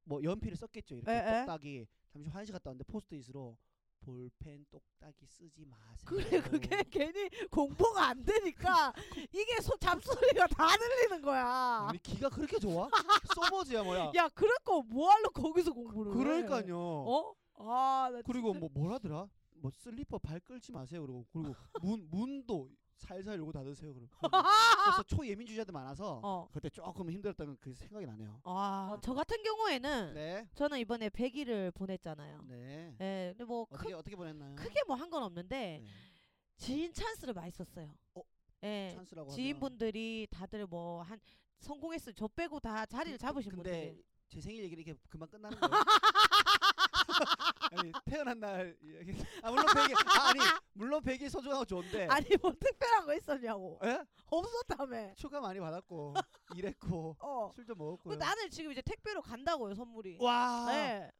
뭐 연필을 썼겠죠. 이렇게 에, 에. 똑딱이 잠시 화장실 갔다 왔는데 포스트잇으로 볼펜 똑딱이 쓰지 마세요. 그래 그게 [LAUGHS] 괜히 공부가 안 되니까 이게 소 잡소리가 다 들리는 거야. 우리 기가 그렇게 [LAUGHS] 아. 좋아? 소머즈야 뭐야? 야 그럴 거 뭐하러 거기서 공부를 해? 그러니까요. 어? 아, 나 그리고 진짜- 뭐 뭐라더라? 뭐 슬리퍼 발 끌지 마세요. 그리고 [LAUGHS] 그리고 문 문도 살살 열고 닫으세요. 그리고 그래서 초예민주의자들 많아서 어. 그때 조금 힘들었던 그 생각이 나네요. 아, 저 같은 경우에는 네, 저는 이번에 100일을 보냈잖아요. 네. 예. 근데 뭐 크, 어떻게 어떻게 보냈나요? 크게 뭐 한 건 없는데 네. 지인 찬스를 많이 썼어요. 어? 예. 찬스라고 하면. 지인분들이 다들 뭐 한 성공했으면 저 빼고 다 자리를 잡으신 그, 근데 분들. [LAUGHS] 제 생일 얘기를 이렇게 금방 끝나는 거예요. 아니, 태어난 날 이야기. 아 물론 베개 아, 아니 물론 베개 소중하고 좋은데 아니 뭐 특별한 거 있었냐고 예? 없었다며 추가 많이 받았고 일했고 어 술 좀그 먹었고요. 나는 지금 이제 택배로 간다고요 선물이 와 네.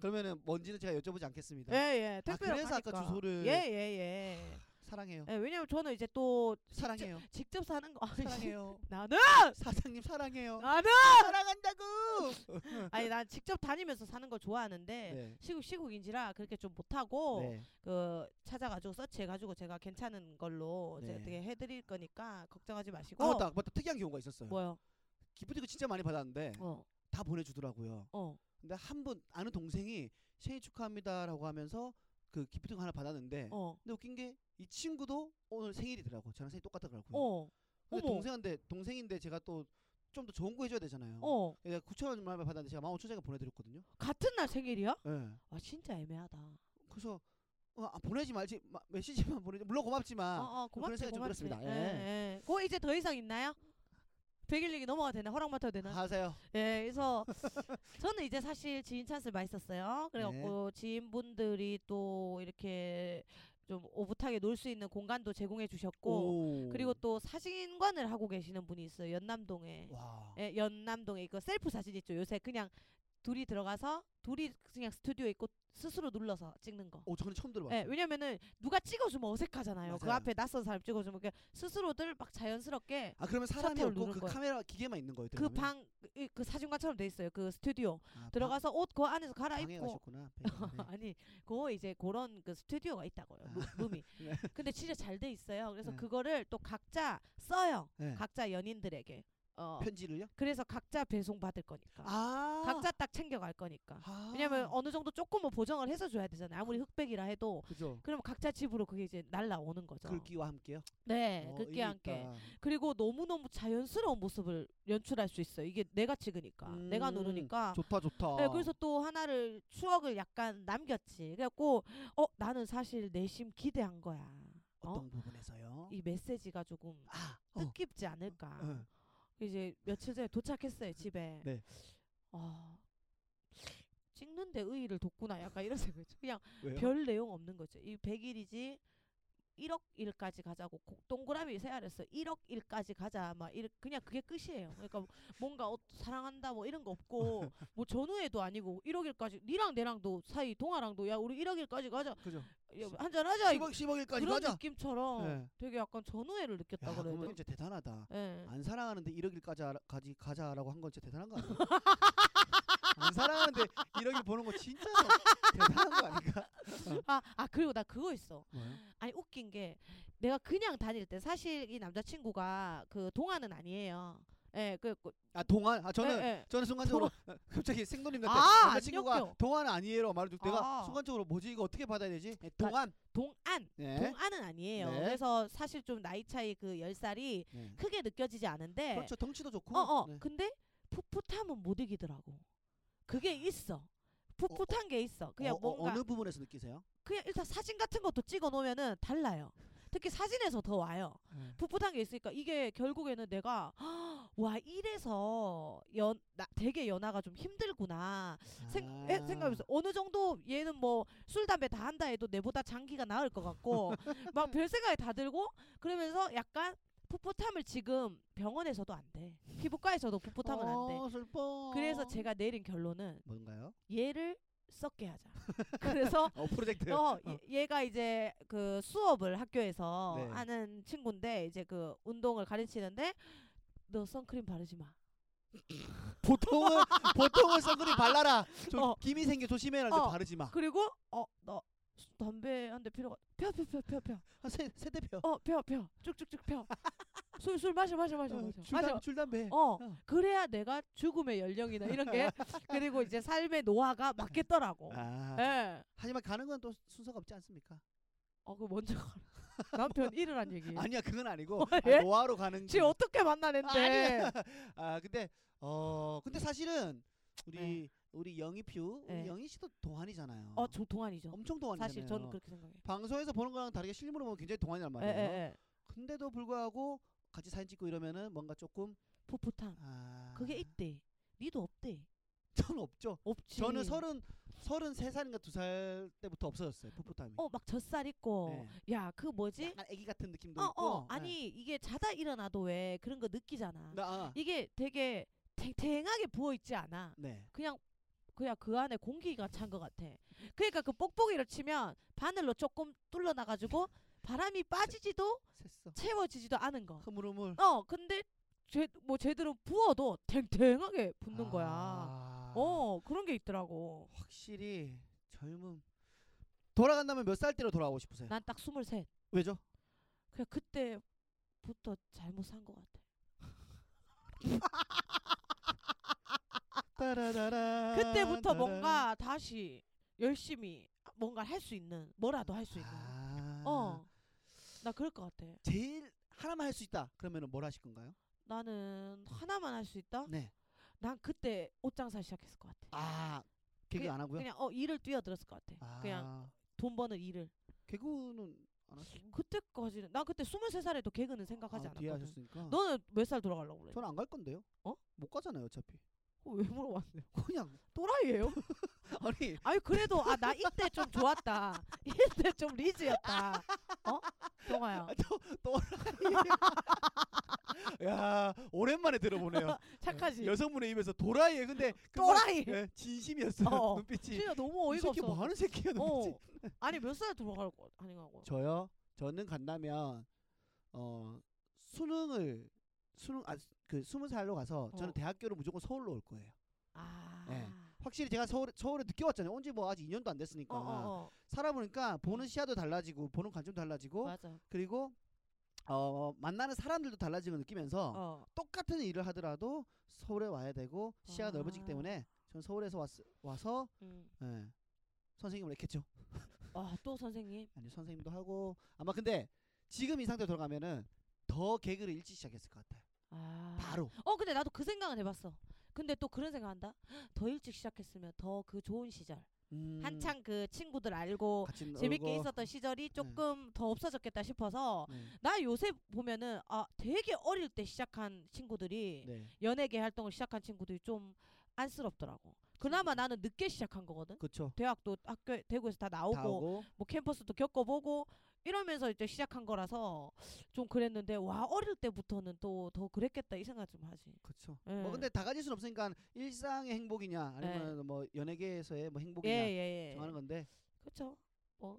그러면은 뭔지는 제가 여쭤보지 않겠습니다. 예, 예. 택배로 그래서 아까 가니까. 주소를- 예, 예, 예. 사랑해요. 예, 왜냐면 저는 이제 또 [LAUGHS] 사랑해요. 직접 사는 거 아니, 사랑해요. 나는 사장님 사랑해요. 나는 사랑한다고. [LAUGHS] 아니 난 직접 다니면서 사는 걸 좋아하는데 네. 시국 시국인지라 그렇게 좀 못하고 네. 그 찾아가지고 서치해가지고 제가 괜찮은 걸로 이제 네. 어떻게 해드릴 거니까 걱정하지 마시고 아 맞다 맞다 특이한 경우가 있었어요. 어. 뭐요? 기프티콘 진짜 많이 받았는데 어, 다 보내주더라고요. 어, 근데 한 분 아는 동생이 생일 축하합니다라고 하면서 그 기프티콘 하나 받았는데 어, 근데 웃긴 게 이 친구도 오늘 생일이더라고. 저랑 생일 똑같더라고요. 어, 음. 근데 어머. 동생한테 동생인데 제가 또 좀 더 좋은 거 해줘야 되잖아요. 어. 내가 9천 원만 받았는데 제가 15,000원짜리 보내드렸거든요. 같은 날 생일이야? 예. 아 진짜 애매하다. 그래서 어, 아, 보내지 말지 마, 메시지만 보내지 물론 어, 고맙지만 어, 그런 고맙지, 생각이 좀 고맙지. 들었습니다. 예, 예. 그거 이제 더 이상 있나요? 100일 얘기 넘어가 되나? 허락 맡아도 되나? 하세요. 예, 그래서 저는 이제 사실 지인 찬스 맛있었어요. 그래갖고 네. 지인분들이 또 이렇게 좀 오붓하게 놀 수 있는 공간도 제공해 주셨고 오. 그리고 또 사진관을 하고 계시는 분이 있어요. 연남동에. 와. 예, 연남동에 이거 셀프 사진 있죠. 요새 그냥 둘이 들어가서 둘이 그냥 스튜디오 있고 스스로 눌러서 찍는 거. 오 저는 처음 들어봤어요. 예, 왜냐면은 누가 찍어주면 어색하잖아요. 그 맞아요. 앞에 낯선 사람 찍어주면 그냥 스스로들 막 자연스럽게 아 그러면 사람이 셔터를 없고 누르는 그 거예요. 카메라 기계만 있는 거예요. 그 들어가면? 방, 이- 그 사진관처럼 돼 있어요. 그 스튜디오. 아, 들어가서 옷 그 안에서 방, 방에 [LAUGHS] 갈아입고 가셨구나. 네. 아니 그거 이제 그런 그 스튜디오가 있다고요 아. 루- [LAUGHS] 룸이 네. 근데 진짜 잘 돼 있어요 그래서 네. 그거를 또 각자 써요 네. 각자 연인들에게 어 편지를요? 그래서 각자 배송 받을 거니까 아. 각자 딱 챙겨갈 거니까 아. 왜냐면 어느 정도 조금은 보정을 해서 줘야 되잖아요 아무리 흑백이라 해도 그죠. 그럼 각자 집으로 그게 이제 날라오는 거죠 글귀와 함께요. 네 어, 그게 의미 함께 있다. 그리고 너무너무 자연스러운 모습을 연출할 수 있어요 이게 내가 찍으니까 아, 내가 음, 누르니까 좋다 좋다. 네, 그래서 또 하나를 추억을 약간 남겼지. 그래갖고 어 나는 사실 내심 기대한 거야. 어? 어떤 부분에서요? 이 메시지가 조금 아. 어. 뜻깊지 않을까. 어. 이제 며칠 전에 도착했어요 집에. 네. 어, 찍는데 의의를 뒀구나. 약간 이런 [LAUGHS] 생각이죠. 그냥 예. 왜요? 별 내용 없는 거죠. 이 100일이지. 1억 일까지 가자고 고- 동그라미 세알했어. 1억 일까지 가자. 막 이렇- 그냥 그게 끝이에요. 그러니까 뭐- 뭔가 어, 사랑한다 뭐 이런 거 없고 [LAUGHS] 뭐 전우회도 아니고 1억 일까지 니랑 내랑도 사이 동아랑도 야 우리 1억 일까지 가자. 그죠. 한잔 하자. 10억 10억일까지 아, 그런 가자. 느낌처럼 네. 되게 약간 전우회를 느꼈다 야, 그래야 그건 되나? 진짜 대단하다. 예. 안 사랑하는데 1억일까지 가지 가자라고 한 건 진짜 대단한 거 아니야? [LAUGHS] 안 사랑하는데 1억일 보는 거 진짜 대단한 거 아닌가? 아, 아 그리고 나 그거 있어. 뭐요? 아니 웃긴 게 내가 그냥 다닐 때 사실 이 남자친구가 그 동안은 아니에요. 예, 그 그- 아 동안 아 저는 예, 예. 저는 순간적으로 어, 갑자기 생도님한테 아, 안 남자친구가 엮여. 동안 아니에요 말을 듣고 내가 아. 순간적으로 뭐지 이거 어떻게 받아야 되지? 예, 동안 동안 네. 동안은 아니에요. 네. 그래서 사실 좀 나이 차이 그 10살이 네. 크게 느껴지지 않은데 그렇죠 덩치도 좋고 어, 어. 네. 근데 풋풋함은 못 이기더라고. 그게 있어. 풋풋한 게 있어. 그냥 아. 어, 뭔가 느 부분에서 느끼세요? 그냥 일단 사진 같은 것도 찍어 놓으면은 달라요. 특히 사진에서 더 와요. 풋풋한 게 있으니까 이게 결국에는 내가 와 이래서 연 나, 되게 연하가 좀 힘들구나 생, 해- 예, 음. 생각하면서 어느 정도 얘는 뭐 술 담배 다 한다 해도 내보다 장기가 나을 것 [LAUGHS] 같고 막 별 생각이 다 들고 그러면서 약간 풋풋함을 지금 병원에서도 안 돼 피부과에서도 풋풋함은 안 돼 어, 슬퍼. 그래서 제가 내린 결론은 뭔가요? 얘를 썩게 하자 [LAUGHS] [LAUGHS] 그래서 어 프로젝트 어, 얘- 얘가 이제 그 수업을 학교에서 네. 하는 친구인데 이제 그 운동을 가르치는데 너 선크림 바르지 마. [LAUGHS] 보통은 보통은 선크림 발라라. 좀 어. 김이 생겨 조심해라. 근데 어. 바르지 마. 그리고 어너 담배 한 대 피러가 펴펴펴펴 펴. 아, 세 세대 펴. 어, 펴 펴. 쭉쭉쭉 [LAUGHS] 펴. 술 술 마셔 마셔 마셔 어, 마셔. 줄 담- 마셔. 줄 담배. 어. 어. 그래야 내가 죽음의 연령이나 이런 [LAUGHS] 게 그리고 이제 삶의 노화가 맞겠더라고. 아, 예. 하지만 가는 건 또 순서가 없지 않습니까? 어, 그 먼저 [LAUGHS] 가라. 남편 잃으란 얘기. 아니야 그건 아니고 어, 아, 예? 노화로 가는. 지 어떻게 만나는데. 아 근데 어 근데 사실은 우리 네. 우리 영희표 우리 네. 영희 씨도 동안이잖아요. 어, 저 동안이죠. 엄청 동안이잖아요. 사실 저는 그렇게 생각해요. 방송에서 보는 거랑 다르게 실물로 보면 굉장히 동안이란 말이에요. 예, 예, 예. 근데도 불구하고 같이 사진 찍고 이러면은 뭔가 조금 풋풋함. 아 그게 있대. 니도 없대. 전 없죠. 없지. 저는 서른 서른 세 살인가 두 살 때부터 없어졌어요. 풋풋함이 어막 젖살 있고 야 그 뭐지? 네. 약간 아기 같은 느낌도 어어 있고. 네. 아니 이게 자다 일어나도 왜 그런 거 느끼잖아. 나 아, 이게 되게 탱탱하게 부어 있지 않아. 네. 그냥 그냥 그 안에 공기가 찬 것 같아. 그러니까 그 뽁뽁이를 치면 바늘로 조금 뚫려나가지고 바람이 빠지지도 샜어. 채워지지도 않은 거. 흐물흐물. 어 근데 제, 뭐 제대로 부어도 탱탱하게 붙는 거야. 아, 어 그런 게 있더라고. 확실히 젊음. 돌아간다면 몇 살 때로 돌아가고 싶으세요? 난 딱 스물셋. 왜죠? 그냥 그때부터 잘못 산 것 같아. 따라라라. 그때부터 따라라. 뭔가 다시 열심히 뭔가 할 수 있는 뭐라도 할 수 있는. 아, 어. 나 그럴 것 같아. 제일 하나만 할 수 있다. 그러면은 뭘 하실 건가요? 나는 하나만 할 수 있다. 네. 난 그때 옷장사 시작했을 것 같아. 아 개그 그- 안 하고요? 그냥 어 일을 뛰어들었을 것 같아. 아, 그냥 돈 버는 일을. 개그는 안 하시고. 그때까지는 나 그때 23살에도 개그는 생각하지 음. 아, 뒤에 않았거든. 하셨으니까. 너는 몇 살 돌아가려고 그래? 저는 안 갈 건데요. 네. 어? 못 가잖아요, 어차피. [LAUGHS] 어, 왜 물어봤네요? 그냥 또라이예요? 아니 [LAUGHS] 아니 그래도 아 나 이때 좀 좋았다. [LAUGHS] 이때 좀 리즈였다. 어? 동아야. [LAUGHS] 야 오랜만에 들어보네요. [LAUGHS] 착하지. 여성분의 입에서 도라이에 [LAUGHS] 근데 또라이. 예, 진심이었어 어. [LAUGHS] 눈빛이. 진짜 너무 이 어이가 새끼 없어. 뭐 하는 새끼야 눈빛이. 어. 아니 몇 살에 돌아갈 거 아니냐고. 저요. 저는 간다면 어 수능을 수능 아그 스무 살로 가서 어. 저는 대학교를 무조건 서울로 올 거예요. 아. 예. 확실히 제가 서울 서울에 늦게 왔잖아요. 온 지 뭐 아직 2년도 안 됐으니까 어, 어, 어. 살아보니까 보는 음. 시야도 달라지고 보는 관점도 달라지고 맞아. 그리고 어 만나는 사람들도 달라지는 걸 느끼면서 어. 똑같은 일을 하더라도 서울에 와야 되고 시야가 아. 넓어지기 때문에 저는 서울에서 왔, 와서 음. 예, 선생님을 했겠죠. 아, 또 선생님. 아니 선생님도 하고 아마 근데 지금 이 상태 로 돌아가면은 더 개그를 일찍 시작했을 것 같아요. 아. 바로 어, 근데 나도 그 생각은 해 봤어. 근데 또 그런 생각한다. 더 일찍 시작했으면 더 그 좋은 시절. 음, 한창 그 친구들 알고 같이 재밌게 놀고. 있었던 시절이 음. 조금 더 없어졌겠다 싶어서 네. 나 요새 보면은 아 되게 어릴 때 시작한 친구들이 네. 연예계 활동을 시작한 친구들이 좀 안쓰럽더라고. 그나마 나는 늦게 시작한 거거든. 그렇죠. 대학도 학교 대구에서 다 나오고, 다 오고 뭐 캠퍼스도 겪어보고 이러면서 이제 시작한 거라서 좀 그랬는데 와 어릴 때부터는 또 더 그랬겠다 이 생각 좀 하지. 그렇죠. 예. 뭐 근데 다 가질 순 없으니까 일상의 행복이냐 아니면 뭐 연예계에서의 뭐 행복이냐 네. 예예예. 정하는 건데 그렇죠. 뭐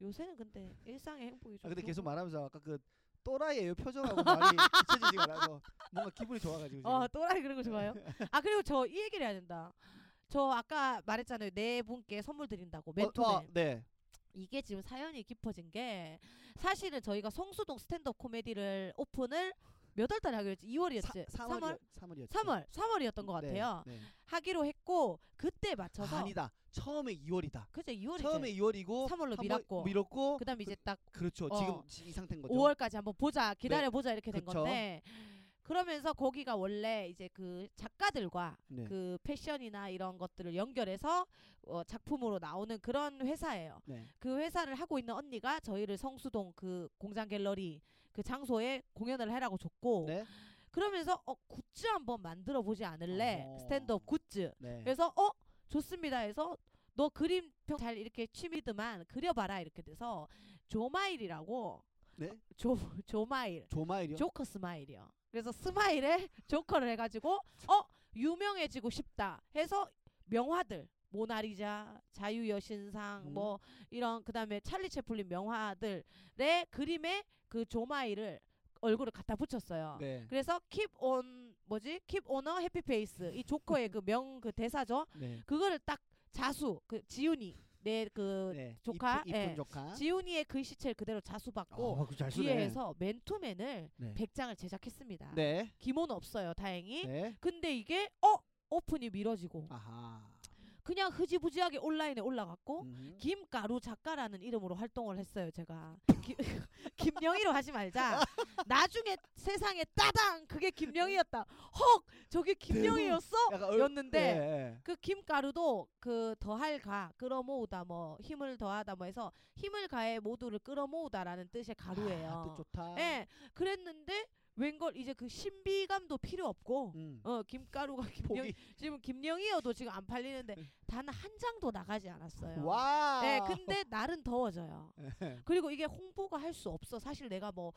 요새는 근데 일상의 행복이 좀. 아, 근데 좋은 계속 것 말하면서 아까 그 또라이예요 표정하고 [LAUGHS] 말이 잊혀지지가 않아서 뭔가 기분이 좋아가지고 지금. 어 또라이 그런 거 [LAUGHS] 좋아요. 아 그리고 저 이 얘기를 해야 된다. 저 아까 말했잖아요. 네 분께 선물 드린다고 멘토네. 어, 어, 네. 이게 지금 사연이 깊어진 게 사실은 저희가 성수동 스탠드업 코미디를 오픈을 몇 월 달에 하기로 했지? 2월이었지? 3월 3월이었죠. 3월, 3월이었던 네. 것 같아요. 네, 네. 하기로 했고 그때 맞춰서 아니다. 처음에 2월이다. 그죠 2월이죠. 처음에 2월이고 3월로 한번 밀었고 밀었고 그다음에 이제 딱 그, 그렇죠. 어. 지금 지- 이 상태인 거죠. 네. 5월까지 한번 보자 기다려 보자 이렇게 된 그쵸. 건데 그러면서 거기가 원래 이제 그 작가들과 네. 그 패션이나 이런 것들을 연결해서 어, 작품으로 나오는 그런 회사예요. 네. 그 회사를 하고 있는 언니가 저희를 성수동 그 공장 갤러리 그 장소에 공연을 하라고 줬고 네. 그러면서 어 굿즈 한번 만들어 보지 않을래 어허. 스탠드업 굿즈 네. 그래서 어 좋습니다 해서 너 그림 평- 잘 이렇게 취미드만 그려봐라 이렇게 돼서 조마일이라고 네? 조 조마일 조마일이요. 조커 스마일이요 그래서 스마일에 [LAUGHS] 조커를 해가지고 어 유명해지고 싶다 해서 명화들 모나리자 자유여신상 음. 뭐 이런 그다음에 찰리 채플린 명화들의 그림에 그 조마일을 얼굴을 갖다 붙였어요. 네. 그래서 keep on 뭐지 keep on a happy face 이 조커의 그 명 그 대사죠. 네. 그거를 딱 자수 그 지훈이 내 그 네. 조카, 이쁜, 이쁜 예. 조카. 지훈이의 글씨체를 그대로 자수받고 네. 아, 그잘 쓰네. 뒤에서 맨투맨을 네. 100장을 제작했습니다. 네. 기모는 없어요, 다행히. 네. 근데 이게 어 오픈이 미뤄지고 아하. 그냥 흐지부지하게 온라인에 올라갔고 음. 김가루 작가라는 이름으로 활동을 했어요, 제가. 기- [LAUGHS] 김영희로 하지 말자. 나중에 세상에 따당 그게 김영희였다. 헉 저게 김영희였어? 약간 얼- 였는데 예, 예. 그 김가루도 그 더할가 끌어모으다 뭐 힘을 더하다 뭐 해서 힘을 가해 모두를 끌어모으다라는 뜻의 가루예요. 아, 뜻 아, 좋다. 예, 그랬는데 웬걸 이제 그 신비감도 필요 없고 음. 어 [LAUGHS] 김가루가 김영 포기. 음. 지금 김영희여도 지금 안 팔리는데 단 한 장도 나가지 않았어요. 와. 네, 근데 날은 더워져요. 예. 그리고 이게 홍보가 할 수 없어. 사실 내가 뭐,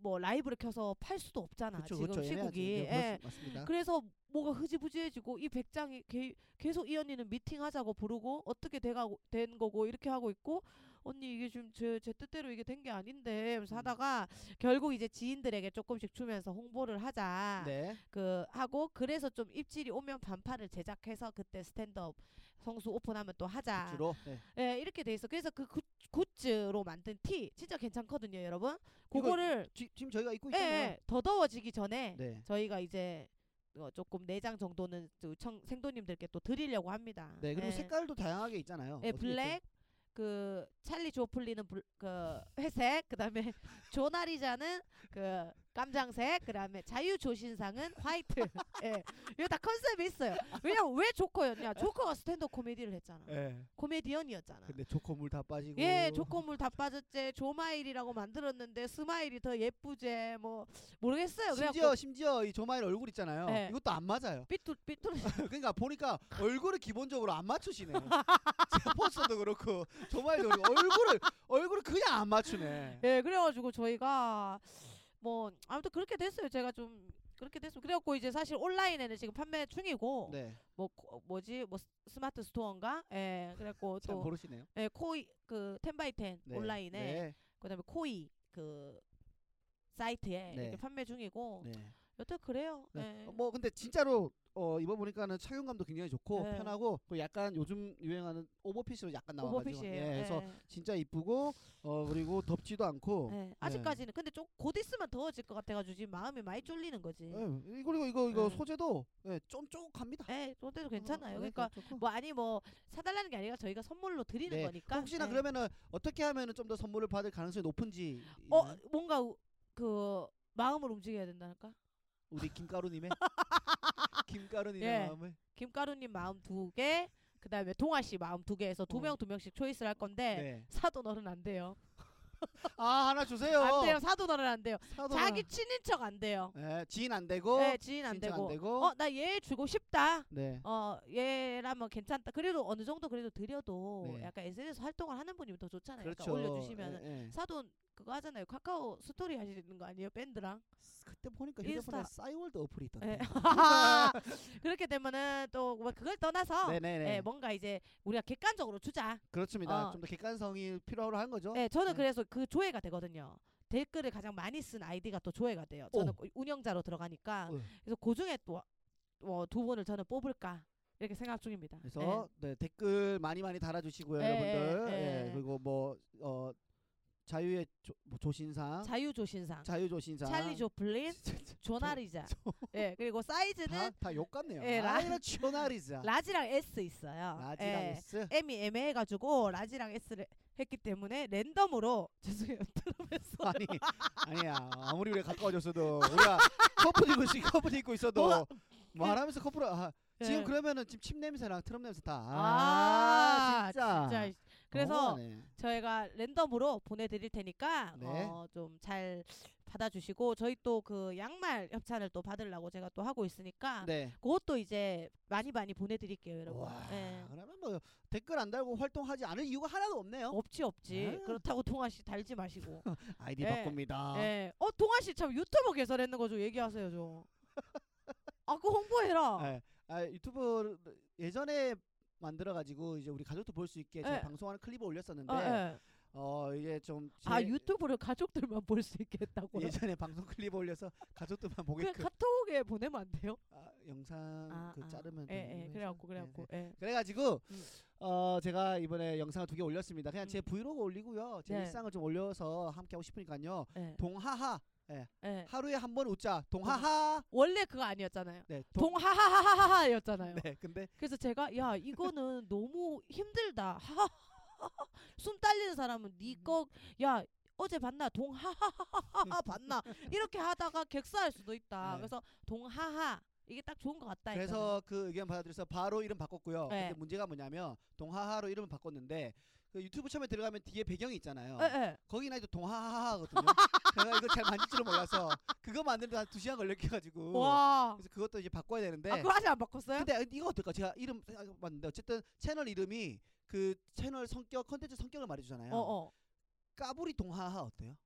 뭐 라이브를 켜서 팔 수도 없잖아. 어, 그쵸, 지금 그쵸. 시국이. 애매하지. 예. 네, 그렇- 맞습니다. 그래서 뭐가 흐지부지해지고 이 백장이 게- 계속 이 언니는 미팅하자고 부르고 어떻게 돼가고 된 거고 이렇게 하고 있고 언니 이게 지금 제, 제 뜻대로 이게 된 게 아닌데 하면서 음. 하다가 결국 이제 지인들에게 조금씩 주면서 홍보를 하자 네. 그 하고 그래서 좀 입질이 오면 반팔을 제작해서 그때 스탠드업 성수 오픈하면 또 하자 주로. 네. 예, 이렇게 돼 있어. 그래서 그 굿, 굿즈로 만든 티 진짜 괜찮거든요, 여러분. 이거 그거를 지, 지금 저희가 입고 예, 있잖아요. 예, 더 더워지기 전에 네. 저희가 이제 어, 조금 네 장 정도는 그 청, 생도님들께 또 드리려고 합니다. 네. 그리고 예. 색깔도 다양하게 있잖아요. 예, 어떻게 좀- 블랙 그 찰리 조플리는 불, 그 회색, 그다음에 [LAUGHS] 조나리자는 그 깜장색, 그다음에 자유 조신상은 [LAUGHS] 화이트. 예. 이거 다 컨셉이 있어요. 왜냐면 왜 조커였냐? 조커가 스탠드 코미디를 했잖아. 예. 코미디언이었잖아. 근데 조커 물다 빠지고. 예, 조건물 다 빠졌제 조마일이라고 만들었는데 스마일이 더 예쁘제 뭐 모르겠어요. 심지어 그래갖고 심지어 이 조마일 얼굴 있잖아요. 네. 이것도 안 맞아요. [LAUGHS] 삐뚤 삐뚤 [LAUGHS] 그러니까 보니까 얼굴을 기본적으로 안 맞추시네. 제 포스도 그렇고 조마일도 그렇고 얼굴을 얼굴을 그냥 안 맞추네. 예, 그래가지고 저희가 뭐 아무튼 그렇게 됐어요. 제가 좀 그렇게 됐어요. 그래갖고 이제 사실 온라인에는 지금 판매 중이고 네. 뭐 고- 뭐지 뭐 스- 스마트 스토어인가 예, 그래갖고 참 또 모르시네요. 예, 코이 그 텐바이텐 네. 온라인에 네. 그다음에 코이 그 사이트에 네. 이렇게 판매 중이고 네. 여튼 그래요. 네. 예. 뭐 근데 진짜로 어 입어 보니까는 착용감도 굉장히 좋고 네. 편하고 그 약간 요즘 유행하는 오버핏으로 약간 나와 가지고 오버핏이에요. 예. 그래서 예. 진짜 이쁘고 어 그리고 덥지도 않고 네, 아직까지는 근데 좀 곧 있으면 더워질 것 같아가지고 지금 마음이 많이 쫄리는 거지. 예. 그리고 이거 이거 네. 소재도 예, 쫀쫀합니다. 예, 그때도 어, 괜찮아요. 네, 그러니까 쫀쫀하고. 뭐 아니 뭐 사달라는 게 아니라 저희가 선물로 드리는 네, 거니까. 혹시나 예. 그러면은 어떻게 하면은 좀 더 선물을 받을 가능성이 높은지 어 있나요? 뭔가 우- 그 마음을 움직여야 된다니까. [LAUGHS] 우리 김가루님의 김가루님의 예. 마음을 김가루님 마음 두 개, 그다음에 동아 씨 마음 두 개에서 두 어. 명 두 명씩 초이스를 할 건데 네. 사돈어른 안 돼요. 아 하나 주세요. 안 돼요. 사돈어른 안 돼요. 사돈은- 자기 친인척 안 돼요. 예, 지인 안 되고 예, 지인 안 친척 되고. 안 되고. 어, 나 얘 주고 싶다. 네. 어 얘라면 괜찮다. 그래도 어느 정도 그래도 드려도 네. 약간 SNS 활동을 하는 분이면 더 좋잖아요. 그렇죠. 약간 그러니까 올려주시면 은 예, 예. 사돈 그거 하잖아요. 카카오 스토리 하시는 거 아니에요? 밴드랑. 그때 보니까 휴대폰에 인스타. 싸이월드 어플이 예. [LAUGHS] [LAUGHS] 있던데. 그렇게 되면은 또뭐 그걸 떠나서 네네네. 예, 뭔가 이제 우리가 객관적으로 주자. 그렇습니다. 어. 좀 더 객관성이 필요로 한 거죠. 예, 저는 네. 그래서 그 조회가 되거든요. 댓글을 가장 많이 쓴 아이디가 또 조회가 돼요. 저는 운영자로 들어가니까 어. 그래서 그 중에 어, 또두 분을 저는 뽑을까 이렇게 생각 중입니다. 그래서 네, 댓글 많이 많이 달아주시고요, 예, 여러분들. 예, 예, 예. 그리고 뭐 어, 자유의 조, 뭐 조신상, 예, 자유조신상, 자유조신상, 찰리 조플린, 조나리자. 예, 그리고 사이즈는 다다욕 같네요. 예, 라- 라, 이런 조나리자, [LAUGHS] 라지랑 S 있어요. 라지랑 예. S. M이 애매해가지고 라지랑 S를 했기 때문에 랜덤으로 [LAUGHS] 죄송해요 들으면서 아니 아니야 아무리 우리가 가까워졌어도 [LAUGHS] 우리가 커플 입고 있 커플 입고 있어도 뭐? 말하면서 커플 아, 지금 예. 그러면은 지금 침 냄새랑 트럼 냄새 다. 아, 아, 진짜. 어, 진짜 그래서 너무하네. 저희가 랜덤으로 보내드릴 테니까 네. 어, 좀 잘 받아주시고 저희 또 그 양말 협찬을 또 받으려고 제가 또 하고 있으니까 네. 그것도 이제 많이 많이 보내드릴게요 여러분. 와, 예. 그러면 뭐 댓글 안 달고 활동하지 않을 이유가 하나도 없네요. 없지 없지. 아. 그렇다고 동아 씨 달지 마시고. 아이디 예. 바꿉니다. 예. 어 동아 씨 참 유튜버 개설했는 거 좀 얘기하세요 좀. 아그 홍보해라. 예. 아, 유튜브 예전에 만들어 가지고 이제 우리 가족도 볼 수 있게 제가 예. 방송하는 클립을 올렸었는데 아, 예. 어 이게 네. 좀제 아 유튜브를 가족들만 볼 수 있게 했다고요? 예전에 방송 클립 올려서 가족들만 그냥 보게끔 카톡에 보내면 안 돼요? 아, 영상 아, 그 아. 자르면 예, 되는 거 예, 해서. 그래갖고 네, 네. 그래갖고 예. 그래가지고 음. 어 제가 이번에 영상을 두 개 올렸습니다. 그냥 음. 제 브이로그 올리고요. 제 네. 일상을 좀 올려서 함께 하고 싶으니까요. 예, 동하하 예. 하루에 한 번 웃자. 동하하. 원래 그거 아니었잖아요. 네. 동- 동하하하하하였잖아요. 네. 근데 그래서 제가 야 이거는 너무 힘들다. [LAUGHS] 하하하하. 숨 딸리는 사람은 음. 니거야 어제 봤나 동하하하하하 봤나 이렇게 하다가 객사할 수도 있다. 네. 그래서 동하하 이게 딱 좋은 것 같다. 그래서 그 의견 받아들여서 바로 이름 바꿨고요. 아, 네. 근데 문제가 뭐냐면 동하하로 이름을 바꿨는데 그 유튜브 처음에 들어가면 뒤에 배경이 있잖아요. 예, 예. 거기 [LAUGHS] 나이도 동하하거든요. 제가 이거 잘 만질 줄을 몰라서 그거 만드는데 한 2시간 걸렸게가지고 와. 그래서 네. 그것도 이제 바꿔야 되는데 아, 그거 아직 안 바꿨어요? 근데 이거 어떨까? 제가 이름 생각해봤는데 어쨌든 채널 이름이 그 채널 성격 컨텐츠 성격을 말해주잖아요. 어, 어. 까불이 동하하 어때요?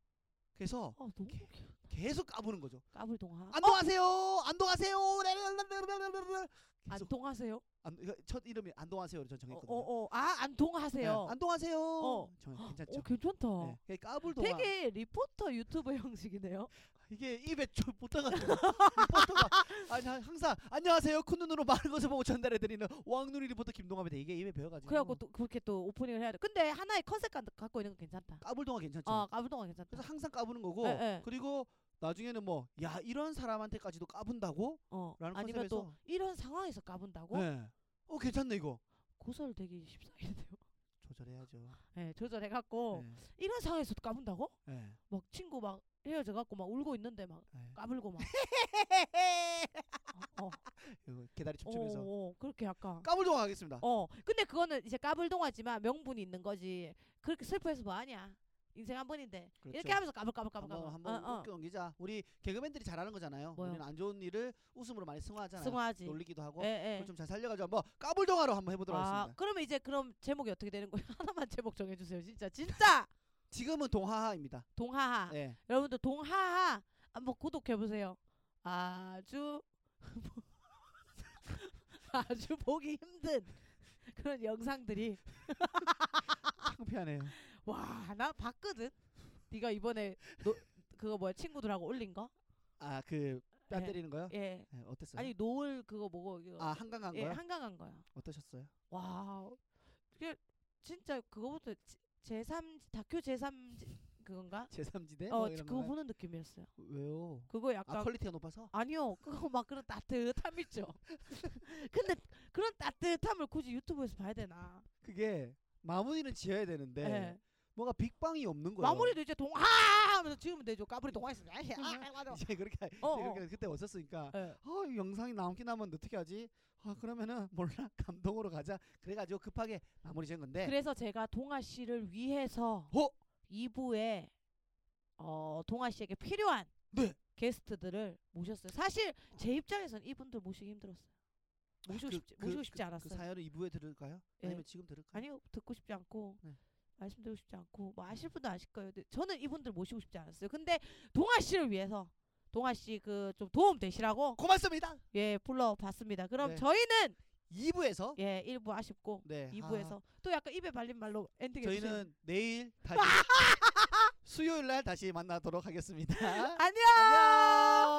그래서 아, 너무 이렇게. 계속 까부는 거죠. 아, 까불동하. 안동하세요. 안동하세요. 랄랄랄랄랄랄랄. 안 계속 통하세요? 안, 이거 첫 이름이 안동하세요를 전 어, 정했거든요. 어, 어. 아, 안 통하세요. 네, 안동하세요. 어. 정, 괜찮죠? 어, 괜찮다. 네, 그게 까불 동화. 되게 리포터 유튜브 [LAUGHS] 형식이네요. 이게 입에 좀 붙어가지고 리포터가 아니 하- 항상 안녕하세요 큰 눈으로 많은 것을 보고 전달해드리는 왕눈이 리포터 김동합이다 이게 입에 배워가지고 그래갖고 또 그렇게 또 오프닝을 해야 돼. 근데 하나의 컨셉 가- 갖고 있는 건 괜찮다. 까불 동화 괜찮죠? 아, 까불동하 괜찮다. 그래서 항상 까부는 거고 예, 예. 그리고 나중에는 뭐 야 이런 사람한테까지도 까분다고? 어. 라는 아니면 또 컨셉에서- 이런 상황에서 까분다고 네. 어 괜찮네 이거 고소를 되기 쉽사이네요. [LAUGHS] 조절해야죠. 네, 조절해갖고 네. 이런 상황에서 또 까분다고? 네. 막 친구 막 헤어져갖고 막 울고 있는데 막 네. 까불고 막. [LAUGHS] 어, 어, 이거 개다리 춤추면서 어, 어, 그렇게 약간. 까불 동화 하겠습니다. 어, 근데 그거는 이제 까불동하지만 명분이 있는 거지. 그렇게 슬퍼해서 뭐 하냐? 인생 한 번인데 이렇게 그렇죠. 하면서 까불 까불 까불 까불. 한번 한번 어, 어. 웃겨 넘기자. 우리 개그맨들이 잘하는 거잖아요. 뭐요? 우리는 안 좋은 일을 웃음으로 많이 승화하잖아요. 승화하지. 놀리기도 하고 예, 예. 그걸 좀 잘 살려가지고 한번 까불 동화로 한번 아, 해보도록 하겠습니다. 그러면 이제 그럼 제목이 어떻게 되는 거예요? [LAUGHS] 하나만 제목 정해주세요. 진짜 진짜 지금은 동하하입니다. 동하하. 예. 여러분들 동하하 한번 구독해 보세요. 아주 [LAUGHS] 아주 보기 힘든 그런 영상들이 아. 창피하네요. 와 나 봤거든. 네가 이번에 노, 그거 뭐야 친구들하고 올린 거? 아 그 뺨 예. 때리는 거요? 예. 예, 어땠어요? 아니 노을 그거 뭐고 이거 아 한강 간 예, 거요? 한강 간 거야. 어떠셨어요? [LAUGHS] 와 그게 진짜 그거부터 제3 다큐 제3 그건가? 제3지대? 어 뭐 이런 그거 거 보는 느낌이었어요. 왜요? 그거 아 약간 퀄리티가 높아서? 아니요 그거 막 그런 따뜻함 있죠. [LAUGHS] 근데 그런 따뜻함을 굳이 유튜브에서 봐야 되나? 그게 마무리는 지어야 되는데 예. 뭔가 빅방이 없는 거예요. 마무리도 이제 동하 하면서 지으면 되죠. 까불이 동화 있으면 아이, 아, 맞아. [LAUGHS] 이제 그렇게 어, 어. 그렇게 그때 없었으니까 예. 아 영상이 남긴 하면 어떻게 하지? 아 그러면은 몰라 [LAUGHS] 감동으로 가자. 그래가지고 급하게 마무리 지은 건데 예. 그래서 제가 동아 씨를 위해서 어? 2부에 어 동아 씨에게 필요한 네. 게스트들을 모셨어요. 사실 제 입장에서는 이분들 모시기 힘들었어요. 모시고 그- 싶지 모시고 그- 싶지 그 않았어요. 사연을 2부에 들을까요? 예. 아니면 지금 들을까요? 아니요 듣고 싶지 않고 네. 말씀드리고 싶지 않고 뭐 아실 분도 아실 거예요. 근데 저는 이분들 모시고 싶지 않았어요. 근데 동아 씨를 위해서 동아 씨 그 좀 도움 되시라고 고맙습니다. 예 불러봤습니다. 그럼 네. 저희는 2부에서 예 1부 아쉽고 네. 이 2부에서 또 약간 입에 발린 말로 엔딩 아, 해주세요. 저희는 내일 [LAUGHS] [LAUGHS] 다시 수요일 날 다시 만나도록 하겠습니다. 안녕.